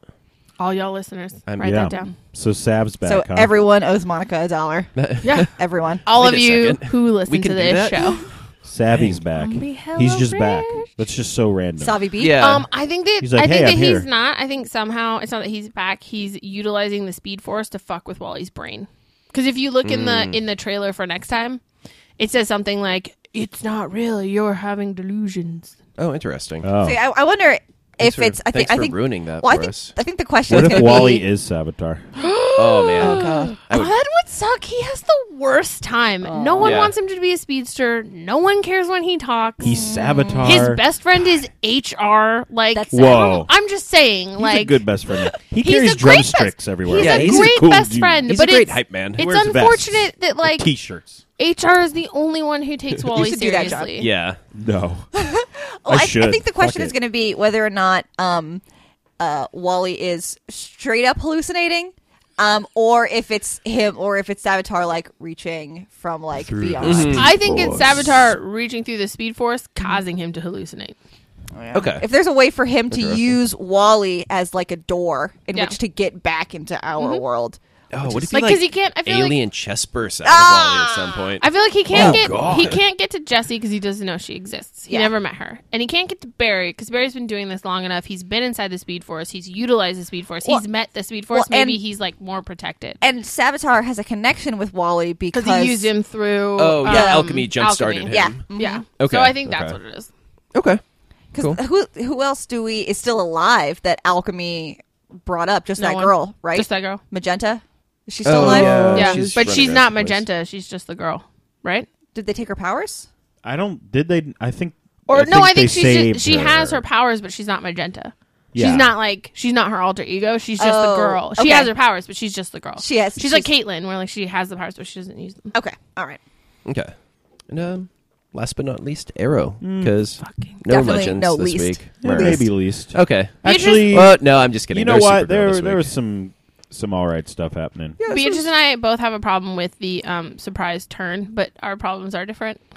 Speaker 5: All y'all listeners,
Speaker 2: I'm-
Speaker 5: write
Speaker 3: yeah.
Speaker 5: that down.
Speaker 3: So Sab's back.
Speaker 4: so
Speaker 3: huh?
Speaker 4: everyone owes Monica a dollar.
Speaker 5: Yeah,
Speaker 4: Everyone.
Speaker 5: all
Speaker 2: Wait
Speaker 5: of
Speaker 2: a
Speaker 5: you
Speaker 2: second.
Speaker 5: who listen
Speaker 2: We can
Speaker 5: to
Speaker 2: do that?
Speaker 5: this show.
Speaker 3: Savvy's back.
Speaker 5: Zombie
Speaker 3: He's just back.
Speaker 5: HelloFresh.
Speaker 3: That's just so random.
Speaker 4: Savi B.
Speaker 2: Yeah.
Speaker 5: Um, I think that
Speaker 3: He's like,
Speaker 5: I think
Speaker 3: "Hey,
Speaker 5: that
Speaker 3: I'm
Speaker 5: he's
Speaker 3: here."
Speaker 5: not. I think somehow it's not that he's back. He's utilizing the Speed Force to fuck
Speaker 2: Mm.
Speaker 5: with Wally's brain. Because if you look in the in the trailer for next time, it says something like it's not real. You're having delusions.
Speaker 2: Oh, interesting.
Speaker 3: Oh.
Speaker 4: See, I, I wonder if
Speaker 2: for-
Speaker 4: it's. I think.
Speaker 2: thanks
Speaker 4: I
Speaker 2: for
Speaker 4: think
Speaker 2: ruining that
Speaker 4: Well, I
Speaker 2: for
Speaker 4: think.
Speaker 2: us.
Speaker 4: I think the question
Speaker 3: What
Speaker 4: is
Speaker 3: if
Speaker 4: gonna
Speaker 3: Wally
Speaker 4: be,
Speaker 3: is Savitar?
Speaker 2: oh man. I
Speaker 5: That
Speaker 2: would-
Speaker 5: would suck. He has the worst time. no one
Speaker 2: Yeah.
Speaker 5: wants him to be a speedster. No one cares when he talks.
Speaker 3: He's Savitar.
Speaker 5: His Mm. best friend is HR. Like,
Speaker 4: That's-
Speaker 3: Whoa.
Speaker 5: I'm just saying.
Speaker 3: He's
Speaker 5: like,
Speaker 3: a good best friend. He
Speaker 5: he's
Speaker 3: carries
Speaker 5: a great best-
Speaker 3: drumsticks everywhere.
Speaker 5: He's
Speaker 2: Yeah,
Speaker 5: a
Speaker 2: he's a
Speaker 5: great
Speaker 3: cool
Speaker 5: best
Speaker 3: dude.
Speaker 5: friend.
Speaker 2: He's a
Speaker 5: but
Speaker 2: great
Speaker 5: it's,
Speaker 2: hype man.
Speaker 5: It's
Speaker 3: Wears vests.
Speaker 5: unfortunate that like
Speaker 3: T-shirts.
Speaker 5: HR is the only one who takes Wally
Speaker 4: should do that
Speaker 5: seriously.
Speaker 4: job.
Speaker 2: yeah.
Speaker 3: No.
Speaker 4: Well,
Speaker 3: I
Speaker 4: I,
Speaker 3: should.
Speaker 4: I think the question
Speaker 3: Fuck
Speaker 4: is
Speaker 3: it.
Speaker 4: going to be whether or not um, uh, Wally is straight up hallucinating, um, or if it's him, or if it's Savitar like reaching from like beyond.
Speaker 3: Mm.
Speaker 5: I think it's Savitar reaching through the Speed Force, causing him to hallucinate.
Speaker 4: Yeah.
Speaker 2: Okay.
Speaker 4: If there's a way for him to
Speaker 2: Interesting.
Speaker 4: use Wally as like a door in
Speaker 5: Yeah. Mm-hmm.
Speaker 4: which to get back into our world,
Speaker 2: Oh, would it be
Speaker 5: Like,
Speaker 2: like,
Speaker 5: 'cause he can't- I feel like- Ah!
Speaker 2: alien chest bursts out of Wally at some point.
Speaker 5: I feel like he can't
Speaker 2: Oh,
Speaker 5: get
Speaker 2: God.
Speaker 5: he can't get to Jesse because he doesn't know she exists. He
Speaker 4: Yeah.
Speaker 5: never met her, and he can't get to Barry because Barry's been doing this long enough. He's been inside the Speed Force. He's utilized the Speed Force.
Speaker 4: Well-
Speaker 5: he's met the Speed Force.
Speaker 4: well, and-
Speaker 5: Maybe he's like more protected
Speaker 4: and Savitar has a connection with Wally because
Speaker 5: because he used him through.
Speaker 2: Oh, yeah, alchemy jump
Speaker 5: alchemy.
Speaker 2: started him.
Speaker 4: Yeah,
Speaker 5: Yeah. Mm-hmm.
Speaker 2: Okay,
Speaker 5: So I think
Speaker 2: okay.
Speaker 5: that's what it is.
Speaker 2: okay.
Speaker 4: Because
Speaker 2: Cool.
Speaker 4: who who else do we is still alive that alchemy brought up? Just
Speaker 5: No
Speaker 4: that
Speaker 5: one.
Speaker 4: girl, right?
Speaker 5: Just that girl.
Speaker 4: Magenta. Is she still
Speaker 2: Oh,
Speaker 4: alive?
Speaker 2: yeah.
Speaker 5: yeah,
Speaker 2: she's
Speaker 5: but
Speaker 2: running
Speaker 5: she's
Speaker 2: around
Speaker 5: not
Speaker 2: the place.
Speaker 5: magenta. She's just the girl, right?
Speaker 4: Did they take her powers?
Speaker 3: I don't. Did they? I think.
Speaker 5: Or no, I think
Speaker 3: they
Speaker 5: she's ju-
Speaker 3: saved
Speaker 5: she has her powers, but she's not magenta.
Speaker 3: Yeah.
Speaker 5: She's not like she's not her alter ego. She's just
Speaker 4: Oh,
Speaker 5: the girl. She
Speaker 4: okay.
Speaker 5: has her powers, but she's just the girl.
Speaker 4: She has-
Speaker 5: She's, like Caitlyn, where like she has the powers, but she doesn't use them.
Speaker 4: Okay, all right.
Speaker 2: Okay. And um, last but not least, Arrow, because no
Speaker 4: Definitely
Speaker 2: legends
Speaker 4: no
Speaker 2: this
Speaker 4: least.
Speaker 2: week.
Speaker 3: Yeah,
Speaker 2: Whereas-
Speaker 3: maybe Mm, least.
Speaker 2: Okay.
Speaker 5: Beatrice-
Speaker 3: Actually,
Speaker 2: Well, no, I'm just kidding.
Speaker 3: you know
Speaker 2: They're
Speaker 3: what?
Speaker 2: Supergirl
Speaker 3: There
Speaker 2: this
Speaker 3: there
Speaker 2: week.
Speaker 3: was some some all right stuff happening. Yeah.
Speaker 5: Beatrice and I both have a problem with the um, surprise turn, but our problems are different.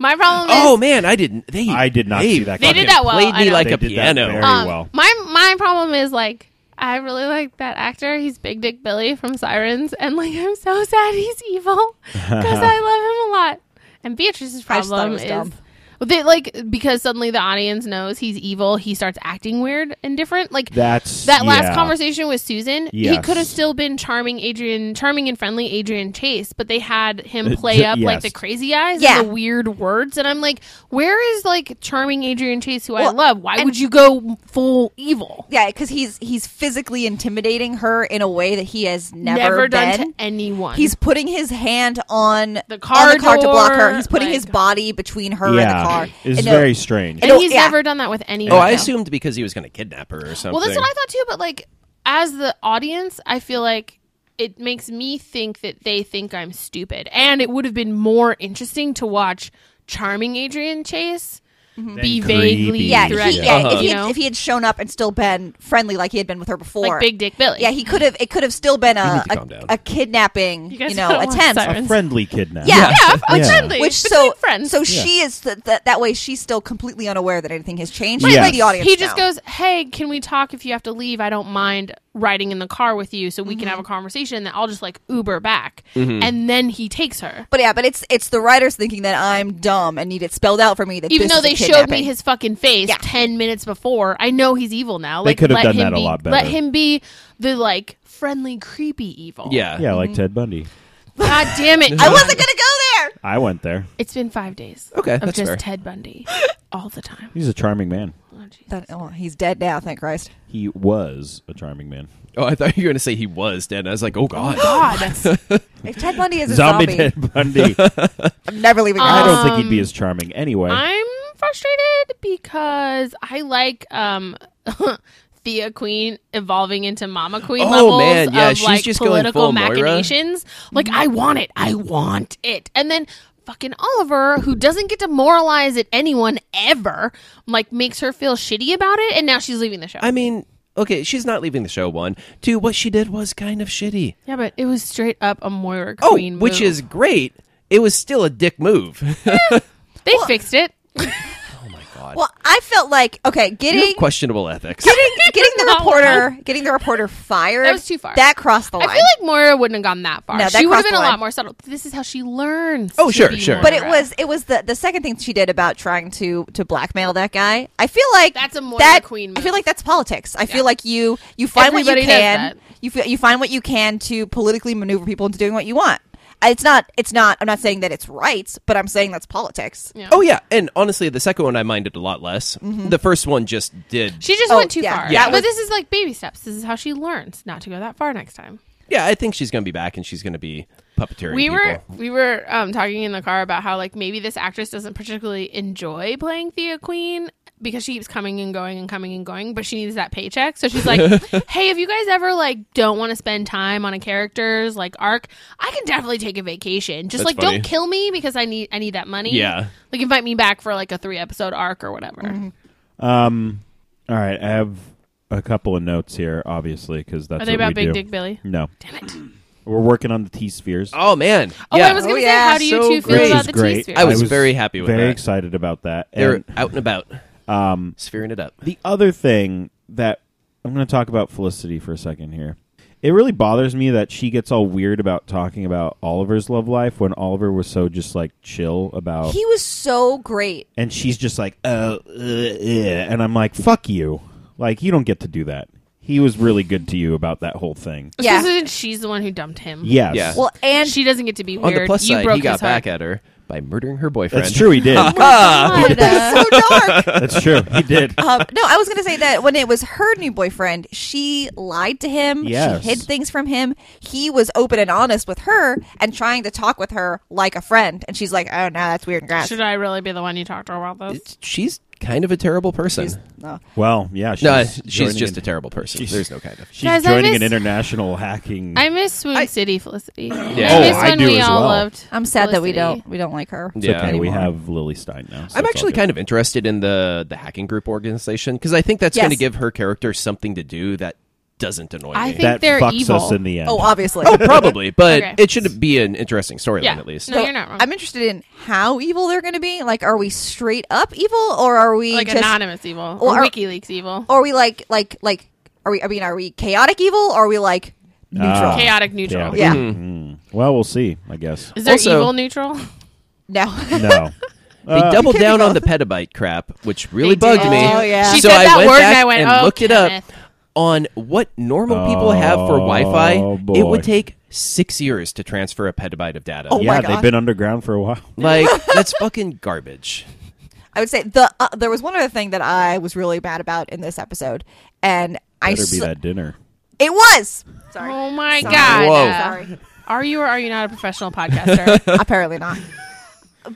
Speaker 5: My problem is
Speaker 2: Oh man, I didn't. They
Speaker 3: I did not
Speaker 2: they
Speaker 3: see that
Speaker 5: They
Speaker 2: fucking
Speaker 5: did that well,
Speaker 2: Played
Speaker 5: I
Speaker 2: me
Speaker 5: know.
Speaker 2: like
Speaker 3: They
Speaker 2: a
Speaker 3: did that very
Speaker 2: piano.
Speaker 3: well.
Speaker 5: um, my my problem is like I really like that actor. He's Big Dick Billy from Sirens, and like I'm so sad he's evil because I love him a lot. And Beatrice's
Speaker 4: I just thought it
Speaker 5: problem
Speaker 4: was
Speaker 5: is
Speaker 4: dumb.
Speaker 5: well, they like because suddenly the audience knows he's evil. He starts acting weird and different. Like
Speaker 3: That's
Speaker 5: that last
Speaker 3: yeah.
Speaker 5: conversation with Susan, he
Speaker 3: Yes.
Speaker 5: could have still been charming Adrian, charming and friendly Adrian Chase, but they had him
Speaker 3: Uh,
Speaker 5: play
Speaker 3: j-
Speaker 5: up like
Speaker 3: yes.
Speaker 5: the crazy eyes
Speaker 4: Yeah.
Speaker 5: and the weird words, and I'm like, where is like charming Adrian Chase, who I
Speaker 4: Well,
Speaker 5: love? Why would you go full evil?
Speaker 4: Yeah, because he's he's physically intimidating her in a way that he has never,
Speaker 5: done
Speaker 4: been.
Speaker 5: to anyone.
Speaker 4: He's putting his hand on on the
Speaker 5: car
Speaker 4: to block her.
Speaker 5: door,
Speaker 4: He's putting
Speaker 5: like-
Speaker 4: his body between her
Speaker 3: Yeah.
Speaker 4: and the car.
Speaker 3: It's
Speaker 4: And, uh,
Speaker 3: very strange.
Speaker 5: and
Speaker 4: no,
Speaker 5: he's
Speaker 4: yeah.
Speaker 5: never done that with anyone.
Speaker 2: Oh, I
Speaker 5: No.
Speaker 2: assumed because he was going to kidnap her or something.
Speaker 5: Well, that's what I thought too. But like, as the audience, I feel like it makes me think that they think I'm stupid, and it would have been more interesting to watch charming Adrian Chase be
Speaker 3: Then
Speaker 5: vaguely
Speaker 3: creepy.
Speaker 4: yeah,
Speaker 5: threatened.
Speaker 4: he, yeah. If, he
Speaker 5: you
Speaker 4: had,
Speaker 5: know,
Speaker 4: if he had shown up and still been friendly like he had been with her before,
Speaker 5: like Big Dick Billy.
Speaker 4: yeah, he could have. It could have still been a
Speaker 2: need to calm down.
Speaker 4: a, a kidnapping, you,
Speaker 5: guys
Speaker 4: know,
Speaker 5: don't watch
Speaker 4: attempt.
Speaker 5: Siren.
Speaker 3: a friendly kidnap.
Speaker 4: Yeah.
Speaker 5: yeah, f-
Speaker 3: Yeah.
Speaker 5: friendly,
Speaker 4: Which so
Speaker 5: between friends.
Speaker 4: so she is th- th- that way. She's still completely unaware that anything has changed.
Speaker 3: Right,
Speaker 4: Let
Speaker 3: like,
Speaker 4: the audience.
Speaker 5: he just
Speaker 4: know.
Speaker 5: goes, "Hey, can we talk if you have to leave? I don't mind riding in the car with you, so we can
Speaker 4: Mm-hmm.
Speaker 5: have a conversation. That I'll just like Uber back." And then he takes her,
Speaker 4: But yeah, but it's it's the writers thinking that I'm dumb and need it spelled out for me. That
Speaker 5: even
Speaker 4: this
Speaker 5: though
Speaker 4: is a
Speaker 5: they showed me
Speaker 4: kidnapping.
Speaker 5: his fucking face
Speaker 4: Yeah.
Speaker 5: ten minutes before. I know he's evil now.
Speaker 3: They
Speaker 5: Like,
Speaker 3: could have
Speaker 5: let
Speaker 3: done
Speaker 5: him
Speaker 3: that a
Speaker 5: be-
Speaker 3: lot better.
Speaker 5: Let him be the like friendly, creepy evil.
Speaker 2: Yeah.
Speaker 3: Yeah,
Speaker 5: Mm-hmm.
Speaker 3: like Ted Bundy.
Speaker 5: God damn it!
Speaker 4: I
Speaker 5: John.
Speaker 4: wasn't gonna go there.
Speaker 3: I went there.
Speaker 5: It's been five days.
Speaker 2: Okay,
Speaker 5: of
Speaker 2: that's
Speaker 5: just
Speaker 2: fair.
Speaker 5: Ted Bundy all the time.
Speaker 3: He's a charming man.
Speaker 5: Oh, Jesus.
Speaker 4: That, oh, he's dead now. Thank Christ.
Speaker 3: He was a charming man.
Speaker 2: Oh, I thought you were going to say he was dead. and I was like, oh god.
Speaker 5: God,
Speaker 4: If Ted Bundy is a
Speaker 3: Zombie,
Speaker 4: zombie,
Speaker 3: Ted Bundy.
Speaker 4: I'm never leaving.
Speaker 5: Um,
Speaker 3: I
Speaker 4: the house.
Speaker 3: don't think he'd be as charming anyway.
Speaker 5: I'm frustrated because I like um Thea Queen evolving into Mama Queen
Speaker 2: Oh,
Speaker 5: levels
Speaker 2: man, yeah,
Speaker 5: of
Speaker 2: she's
Speaker 5: like
Speaker 2: just going
Speaker 5: political
Speaker 2: full Moira. Mm-hmm.
Speaker 5: machinations. Like I want it, I want it, and then fucking Oliver, who doesn't get to moralize at anyone ever, like makes her feel shitty about it, and now she's leaving the show.
Speaker 2: I mean, okay, she's not leaving the show. One, two, what she did was kind of shitty.
Speaker 5: yeah, but it was straight up a Moira
Speaker 2: Oh,
Speaker 5: Queen,
Speaker 2: which
Speaker 5: move.
Speaker 2: is great. It was still a dick move.
Speaker 5: they fixed it.
Speaker 4: Well, I felt like okay,
Speaker 2: You
Speaker 4: getting
Speaker 2: have questionable ethics.
Speaker 4: getting getting the
Speaker 5: No.
Speaker 4: reporter getting the reporter fired.
Speaker 5: That was too far.
Speaker 4: That crossed the
Speaker 5: I
Speaker 4: line.
Speaker 5: feel like Moira wouldn't have gone that far.
Speaker 4: No, that
Speaker 5: she would have
Speaker 4: crossed
Speaker 5: been
Speaker 4: the
Speaker 5: a
Speaker 4: line.
Speaker 5: lot more subtle. This is how she learns.
Speaker 2: Oh,
Speaker 5: to
Speaker 2: sure,
Speaker 5: be
Speaker 2: sure.
Speaker 5: Moira.
Speaker 4: but it was it was the the second thing she did about trying to to blackmail that guy. I feel like
Speaker 5: That's a Moira
Speaker 4: that,
Speaker 5: Queen
Speaker 4: I feel
Speaker 5: move.
Speaker 4: like that's politics. I feel like you you find what
Speaker 5: Everybody
Speaker 4: you
Speaker 5: does
Speaker 4: can.
Speaker 5: that.
Speaker 4: You feel, you find what you can to politically maneuver people into doing what you want. it's not it's not i'm not saying that it's right but i'm saying that's politics
Speaker 5: Yeah.
Speaker 2: Oh yeah, and honestly, the second one I minded a lot less. The first one just did.
Speaker 5: Mm-hmm. She just
Speaker 4: Oh,
Speaker 5: went too
Speaker 4: yeah.
Speaker 5: far.
Speaker 4: Yeah.
Speaker 5: But this is like baby steps. This is how she learns not to go that far next time.
Speaker 2: yeah, I think she's gonna be back, and she's gonna be puppeteering.
Speaker 5: we
Speaker 2: people.
Speaker 5: were we were um, talking in the car about how like maybe this actress doesn't particularly enjoy playing Thea Queen because she keeps coming and going and coming and going, but she needs that paycheck. So she's like, "Hey, if you guys ever like don't want to spend time on a character's like arc, I can definitely take a vacation. Just
Speaker 2: That's
Speaker 5: like
Speaker 2: funny.
Speaker 5: don't kill me because I need I need that money.
Speaker 2: Yeah.
Speaker 5: like invite me back for like a three episode arc or whatever.
Speaker 4: Mm-hmm.
Speaker 3: Um, all right, I have a couple of notes here, obviously, because that's
Speaker 5: Are they about
Speaker 3: what we
Speaker 5: Big
Speaker 3: do. Mm.
Speaker 5: Dick Billy?
Speaker 3: No,
Speaker 5: Damn it!
Speaker 3: we're working on the T spheres.
Speaker 2: Oh man.
Speaker 5: Oh,
Speaker 2: yeah.
Speaker 5: I was gonna
Speaker 4: Oh,
Speaker 5: say,
Speaker 4: yeah,
Speaker 5: how do you
Speaker 2: so
Speaker 5: two feel
Speaker 2: great.
Speaker 5: about
Speaker 3: It's
Speaker 5: the
Speaker 3: great.
Speaker 5: T
Speaker 2: I was very happy with
Speaker 3: very
Speaker 2: that.
Speaker 3: excited about that.
Speaker 2: They're
Speaker 3: And
Speaker 2: out and about,
Speaker 3: um,
Speaker 2: sphering it up.
Speaker 3: the other thing that I'm going to talk about Felicity for a second here. It really bothers me that she gets all weird about talking about Oliver's love life when Oliver was so just like chill about,
Speaker 4: he was so great
Speaker 3: and she's just like, oh, uh, uh," and I'm like, fuck you, like you don't get to do that. He was really good to you about that whole thing.
Speaker 4: Yeah.
Speaker 5: Especially since she's the one who dumped him.
Speaker 3: Yes,
Speaker 2: Yeah.
Speaker 4: well and
Speaker 5: she doesn't get to be
Speaker 2: On
Speaker 5: weird.
Speaker 2: the plus
Speaker 5: you
Speaker 2: side,
Speaker 5: broke
Speaker 2: he got
Speaker 5: his heart.
Speaker 2: back at her by murdering her boyfriend.
Speaker 3: that's true. He did.
Speaker 5: God.
Speaker 4: so dark
Speaker 3: that's true. He did.
Speaker 4: um, no, I was going to say that when it was her new boyfriend, she lied to him.
Speaker 3: Yes.
Speaker 4: She hid things from him. He was open and honest with her and trying to talk with her like a friend. And she's like, oh, no, that's weird and grass.
Speaker 5: Should I really be the one you talk to about this?
Speaker 2: It's- She's kind of a terrible person.
Speaker 4: No.
Speaker 3: Well, yeah, she's
Speaker 2: no, she's
Speaker 3: joining
Speaker 2: just
Speaker 3: an-
Speaker 2: a terrible person.
Speaker 3: she's-
Speaker 2: There's no kind of.
Speaker 3: She's
Speaker 5: Guys, I
Speaker 3: joining
Speaker 5: miss-
Speaker 3: an international hacking.
Speaker 5: I miss Swoon City Felicity.
Speaker 2: Yeah.
Speaker 5: I
Speaker 2: Oh,
Speaker 5: miss
Speaker 3: I
Speaker 5: when
Speaker 3: do
Speaker 5: we
Speaker 3: as
Speaker 5: all
Speaker 3: well.
Speaker 5: loved.
Speaker 4: I'm sad that we
Speaker 5: Felicity.
Speaker 4: don't we don't like her.
Speaker 3: It's
Speaker 2: Yeah.
Speaker 3: okay. We
Speaker 4: anymore.
Speaker 3: have Lily Stein now. so
Speaker 2: I'm
Speaker 3: it's all
Speaker 2: actually
Speaker 3: good.
Speaker 2: kind of interested in the the hacking group organization because I think that's
Speaker 4: Yes.
Speaker 2: going to give her character something to do that doesn't annoy
Speaker 5: I
Speaker 2: me.
Speaker 5: think-
Speaker 3: that
Speaker 5: they're
Speaker 3: fucks
Speaker 5: evil.
Speaker 3: us in the end.
Speaker 4: Oh, obviously.
Speaker 2: oh, probably, but
Speaker 5: Okay.
Speaker 2: it should be an interesting storyline
Speaker 5: Yeah.
Speaker 2: at least.
Speaker 5: No, you're not wrong.
Speaker 4: I'm interested in how evil they're going to be. Like, are we straight up evil or are we
Speaker 5: like
Speaker 4: just,
Speaker 5: anonymous evil
Speaker 4: Well,
Speaker 5: or
Speaker 4: are-
Speaker 5: WikiLeaks evil,
Speaker 4: or are we like like like are we? I mean, are we chaotic evil or are we like neutral?
Speaker 3: Ah.
Speaker 5: chaotic neutral.
Speaker 4: Yeah.
Speaker 3: Mm. Well, we'll see. I guess.
Speaker 5: Is there
Speaker 2: Also-
Speaker 5: evil neutral?
Speaker 4: No.
Speaker 3: No.
Speaker 2: They
Speaker 3: Uh,
Speaker 2: doubled
Speaker 4: It could be
Speaker 2: down on the
Speaker 4: both.
Speaker 2: petabyte crap, which really
Speaker 5: They
Speaker 2: bugged
Speaker 5: did.
Speaker 2: me.
Speaker 4: Oh, yeah.
Speaker 5: She
Speaker 2: so
Speaker 5: said
Speaker 2: I
Speaker 5: that
Speaker 2: went
Speaker 5: word and
Speaker 2: back
Speaker 5: I went, "Oh,
Speaker 2: looked it up
Speaker 5: Kenneth."
Speaker 2: on what normal people have for Wi-Fi.
Speaker 3: Oh,
Speaker 2: It
Speaker 3: boy.
Speaker 2: would take six years to transfer a petabyte of data.
Speaker 4: Oh,
Speaker 3: yeah,
Speaker 4: my
Speaker 3: they've
Speaker 4: gosh.
Speaker 3: been underground for a while.
Speaker 2: Like that's fucking garbage.
Speaker 4: I would say the uh, there was one other thing that I was really bad about in this episode, and I
Speaker 3: Better be
Speaker 4: s-
Speaker 3: that dinner.
Speaker 4: it was sorry.
Speaker 5: Oh my
Speaker 4: Sorry.
Speaker 5: god!
Speaker 2: Whoa.
Speaker 5: Uh,
Speaker 4: Sorry.
Speaker 5: Are you or are you not a professional podcaster?
Speaker 4: Apparently not.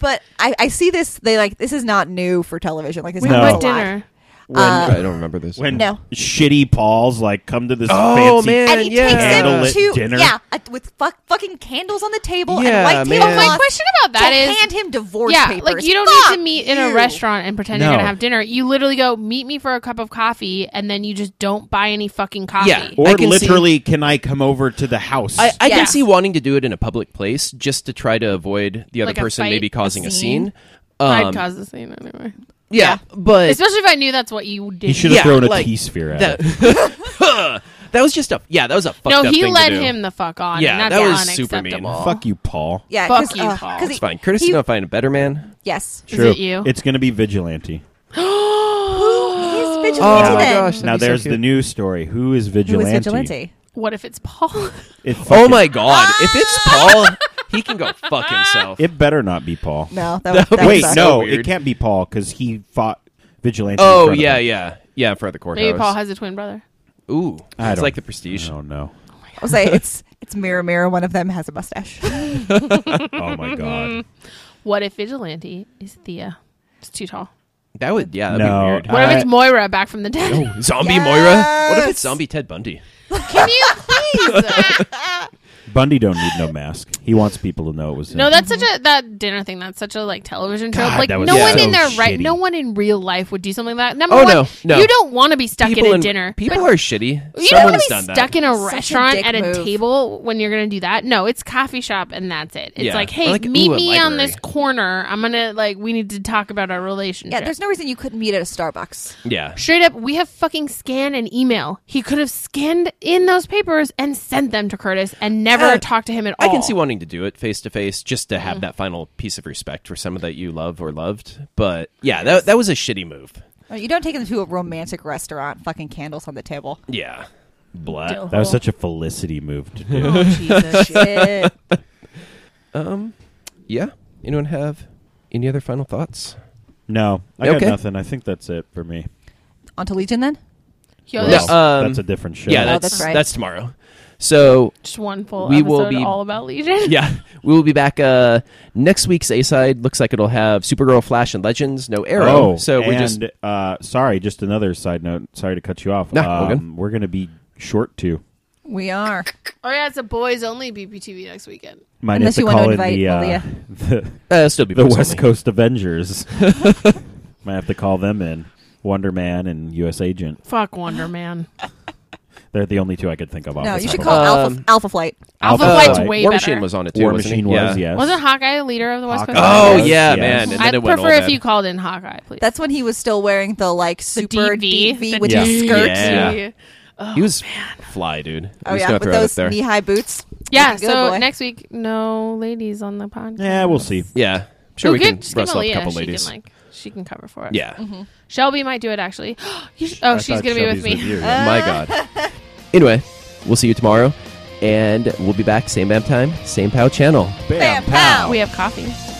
Speaker 4: But I, I see this. They like this is not new for television. Like this
Speaker 3: No.
Speaker 4: happens
Speaker 5: What
Speaker 4: a lot.
Speaker 5: dinner?
Speaker 3: When
Speaker 5: Uh,
Speaker 2: I don't remember this.
Speaker 3: when
Speaker 4: No.
Speaker 3: shitty Paul's like come to this
Speaker 2: Oh,
Speaker 3: fancy
Speaker 2: man.
Speaker 4: And he
Speaker 2: Yeah.
Speaker 3: Candlelit
Speaker 4: takes them to
Speaker 3: dinner.
Speaker 4: yeah, uh, with fuck, fucking candles on the table
Speaker 2: Yeah,
Speaker 4: and white
Speaker 2: man.
Speaker 4: tablecloth.
Speaker 2: Oh,
Speaker 5: My question about that
Speaker 4: to
Speaker 5: is,
Speaker 4: hand him divorce
Speaker 5: yeah,
Speaker 4: papers.
Speaker 5: like you don't
Speaker 4: Fuck
Speaker 5: need to meet in
Speaker 4: you.
Speaker 5: a restaurant and pretend
Speaker 3: No.
Speaker 5: you're gonna have dinner. You literally go meet me for a cup of coffee, and then you just don't buy any fucking coffee.
Speaker 2: Yeah.
Speaker 3: or
Speaker 2: I can
Speaker 3: literally can I come over to the house?
Speaker 2: I, I
Speaker 5: Yeah.
Speaker 2: can see wanting to do it in a public place just to try to avoid the other
Speaker 5: Like a
Speaker 2: person
Speaker 5: fight,
Speaker 2: maybe
Speaker 5: a
Speaker 2: causing a
Speaker 4: scene.
Speaker 2: scene.
Speaker 5: I'd
Speaker 2: Um,
Speaker 5: cause the scene anyway.
Speaker 2: yeah, but
Speaker 5: Especially if I knew that's what you did.
Speaker 3: he should have
Speaker 2: yeah,
Speaker 3: thrown a
Speaker 2: like,
Speaker 3: T sphere at
Speaker 2: that,
Speaker 3: it.
Speaker 2: that was just a yeah. That was a fucked
Speaker 5: No,
Speaker 2: up
Speaker 5: he
Speaker 2: thing
Speaker 5: led
Speaker 2: to do.
Speaker 5: him the fuck on.
Speaker 2: Yeah,
Speaker 5: and that's
Speaker 2: that was super mean.
Speaker 5: unacceptable.
Speaker 3: Fuck you, Paul.
Speaker 4: Yeah,
Speaker 5: Fuck
Speaker 4: 'cause,
Speaker 5: you,
Speaker 4: uh,
Speaker 5: Paul.
Speaker 4: 'cause
Speaker 2: It's
Speaker 4: he-
Speaker 2: fine. Curtis
Speaker 4: he-
Speaker 2: is gonna find a better man.
Speaker 4: Yes,
Speaker 5: Is
Speaker 3: True.
Speaker 5: it you?
Speaker 3: It's gonna be vigilante.
Speaker 4: he's vigilante.
Speaker 2: Oh, my
Speaker 4: then.
Speaker 2: gosh. That'd
Speaker 3: Now
Speaker 2: be so
Speaker 3: there's
Speaker 2: cute.
Speaker 3: the news story. Who is
Speaker 4: Who
Speaker 3: vigilante?
Speaker 4: is vigilante?
Speaker 5: What if it's Paul?
Speaker 3: It
Speaker 2: Oh
Speaker 3: fucking-
Speaker 2: my god! If it's
Speaker 5: Ah!
Speaker 2: Paul, he can go fuck himself.
Speaker 3: It better not be Paul.
Speaker 4: No, that, was uh, that
Speaker 3: Wait,
Speaker 4: sucks.
Speaker 3: no,
Speaker 2: weird.
Speaker 3: it can't be Paul because he fought vigilante. in
Speaker 2: oh
Speaker 3: front of
Speaker 2: yeah,
Speaker 3: him.
Speaker 2: yeah, yeah. For the courthouse.
Speaker 5: Maybe Paul has a twin brother.
Speaker 2: Ooh,
Speaker 3: I
Speaker 2: it's
Speaker 3: don't-
Speaker 2: like the Prestige.
Speaker 3: I don't know.
Speaker 4: I was like, it's it's mirror mirror. One of them has a mustache.
Speaker 3: Oh my god.
Speaker 5: What if Vigilante is Thea? It's too tall.
Speaker 2: That would yeah. That'd
Speaker 3: No,
Speaker 2: be weird.
Speaker 3: I-
Speaker 5: What if it's Moira back from the dead?
Speaker 2: Oh, zombie
Speaker 4: Yes!
Speaker 2: Moira. What if it's zombie Ted Bundy?
Speaker 5: Can you please?
Speaker 3: Bundy don't need no mask. He wants people to know it was him.
Speaker 5: no, that's such
Speaker 2: mm-hmm.
Speaker 5: a that dinner thing. That's such a like television trope.
Speaker 3: God,
Speaker 5: like
Speaker 3: that
Speaker 5: no
Speaker 3: was
Speaker 2: so
Speaker 5: one in their right,
Speaker 3: shitty.
Speaker 5: no one in real life would do something like that. Number
Speaker 2: Oh,
Speaker 5: one,
Speaker 2: no, no.
Speaker 5: you don't want to be stuck in a
Speaker 2: in-
Speaker 5: dinner.
Speaker 2: People
Speaker 5: But
Speaker 2: are shitty.
Speaker 5: You don't want
Speaker 2: Someone's
Speaker 5: to be
Speaker 2: done
Speaker 5: stuck
Speaker 2: that.
Speaker 5: in a
Speaker 4: Such a
Speaker 5: restaurant
Speaker 4: dick
Speaker 5: at a
Speaker 4: move.
Speaker 5: table when you're going to do that. No, it's coffee shop, and that's it. It's
Speaker 2: Yeah.
Speaker 5: like,
Speaker 2: Or
Speaker 5: hey,
Speaker 2: like,
Speaker 5: meet
Speaker 2: ooh, a
Speaker 5: me on
Speaker 2: library.
Speaker 5: this corner. I'm gonna like, we need to talk about our relationship.
Speaker 4: yeah, there's no reason you couldn't meet at a Starbucks.
Speaker 2: yeah.
Speaker 5: Straight up, we have fucking scan and email. He could have scanned in those papers and sent them to Curtis and never
Speaker 2: Uh,
Speaker 5: talked to him at all.
Speaker 2: I can see wanting to do it face to face just to have that final piece of respect for someone that you love or loved. But yeah, that, that was a shitty move.
Speaker 4: Uh, You don't take them to a romantic restaurant. Fucking candles on the table.
Speaker 2: Yeah. Blah.
Speaker 5: Dill.
Speaker 3: That was such a Felicity move to do.
Speaker 5: Oh, Jesus.
Speaker 4: Shit.
Speaker 2: Um, yeah. Anyone have any other final thoughts?
Speaker 3: No, I got
Speaker 2: Okay.
Speaker 3: nothing. I think that's it for me.
Speaker 4: Onto Legion then?
Speaker 5: Yo,
Speaker 2: No,
Speaker 5: there's
Speaker 2: um,
Speaker 3: that's a different show.
Speaker 2: Yeah,
Speaker 4: Oh,
Speaker 2: that's
Speaker 4: that's right.
Speaker 2: that's tomorrow. So
Speaker 5: just one full
Speaker 2: we
Speaker 5: episode
Speaker 2: will be-
Speaker 5: all about Legion.
Speaker 2: yeah, we will be back uh, next week's A side. Looks like it'll have Supergirl, Flash, and Legends. No Arrow.
Speaker 3: Oh,
Speaker 2: so we
Speaker 3: and,
Speaker 2: just
Speaker 3: uh, sorry, just another side note. Sorry to cut you off. Um,
Speaker 2: Nah, we're good.
Speaker 3: we're gonna be short too.
Speaker 4: We are.
Speaker 5: Oh yeah, it's a boys only BPTV next weekend.
Speaker 3: Might
Speaker 4: Unless
Speaker 3: have
Speaker 4: you
Speaker 3: to
Speaker 4: want to
Speaker 3: call
Speaker 4: invite
Speaker 3: in the, uh,
Speaker 4: Malia.
Speaker 3: the,
Speaker 2: uh, still be
Speaker 3: the
Speaker 2: boys
Speaker 3: West
Speaker 2: only.
Speaker 3: Coast Avengers. Might have to call them in. Wonder Man and U.S. Agent.
Speaker 5: Fuck Wonder Man.
Speaker 3: They're the only two I could think of. off
Speaker 4: No,
Speaker 3: the
Speaker 4: you
Speaker 3: top
Speaker 4: should
Speaker 3: of
Speaker 4: call
Speaker 3: my-
Speaker 2: Um,
Speaker 4: Alpha Alpha Flight.
Speaker 5: Alpha
Speaker 3: Alpha
Speaker 5: Flight's
Speaker 3: Flight.
Speaker 5: way
Speaker 2: Uh, War
Speaker 5: better.
Speaker 2: Machine was on it too.
Speaker 3: War
Speaker 2: wasn't
Speaker 3: Machine
Speaker 2: he?
Speaker 3: was
Speaker 2: yeah.
Speaker 3: yes.
Speaker 5: Wasn't Hawkeye the leader of the West Coast?
Speaker 3: Hawkeye.
Speaker 2: Oh
Speaker 5: Avengers?
Speaker 3: Yes,
Speaker 2: yeah,
Speaker 3: yes.
Speaker 2: man. And then
Speaker 5: I'd
Speaker 2: it went
Speaker 5: prefer
Speaker 2: all
Speaker 5: if
Speaker 2: bad.
Speaker 5: you called in Hawkeye, please.
Speaker 4: That's when he was still wearing the like
Speaker 5: the
Speaker 4: super DV,
Speaker 5: the
Speaker 4: with his
Speaker 5: DV.
Speaker 4: skirt.
Speaker 2: Yeah. he was fly, dude.
Speaker 4: Oh
Speaker 2: I'm just
Speaker 4: yeah,
Speaker 2: gonna
Speaker 4: with
Speaker 2: throw that
Speaker 4: those
Speaker 2: there.
Speaker 4: knee high boots.
Speaker 5: Yeah,
Speaker 4: Looking good,
Speaker 5: so
Speaker 4: boy.
Speaker 5: next week, no ladies on the podcast.
Speaker 3: Yeah, we'll see.
Speaker 2: yeah, I'm sure
Speaker 5: We'll
Speaker 2: we
Speaker 5: get-
Speaker 2: can
Speaker 5: just get
Speaker 2: rustle up a
Speaker 5: Malia.
Speaker 2: couple
Speaker 5: she
Speaker 2: ladies.
Speaker 5: Can, like, Mm-hmm. she can cover for us.
Speaker 2: yeah,
Speaker 5: Shelby might do it, actually. You sh- oh,
Speaker 3: I
Speaker 5: she's
Speaker 3: thought
Speaker 5: going to be with
Speaker 3: Shelby's
Speaker 5: me. Uh,
Speaker 3: you, yeah.
Speaker 2: my god. Anyway, we'll see you tomorrow, and we'll be back same bam time, same pow channel.
Speaker 4: Bam, pow.
Speaker 5: we have coffee.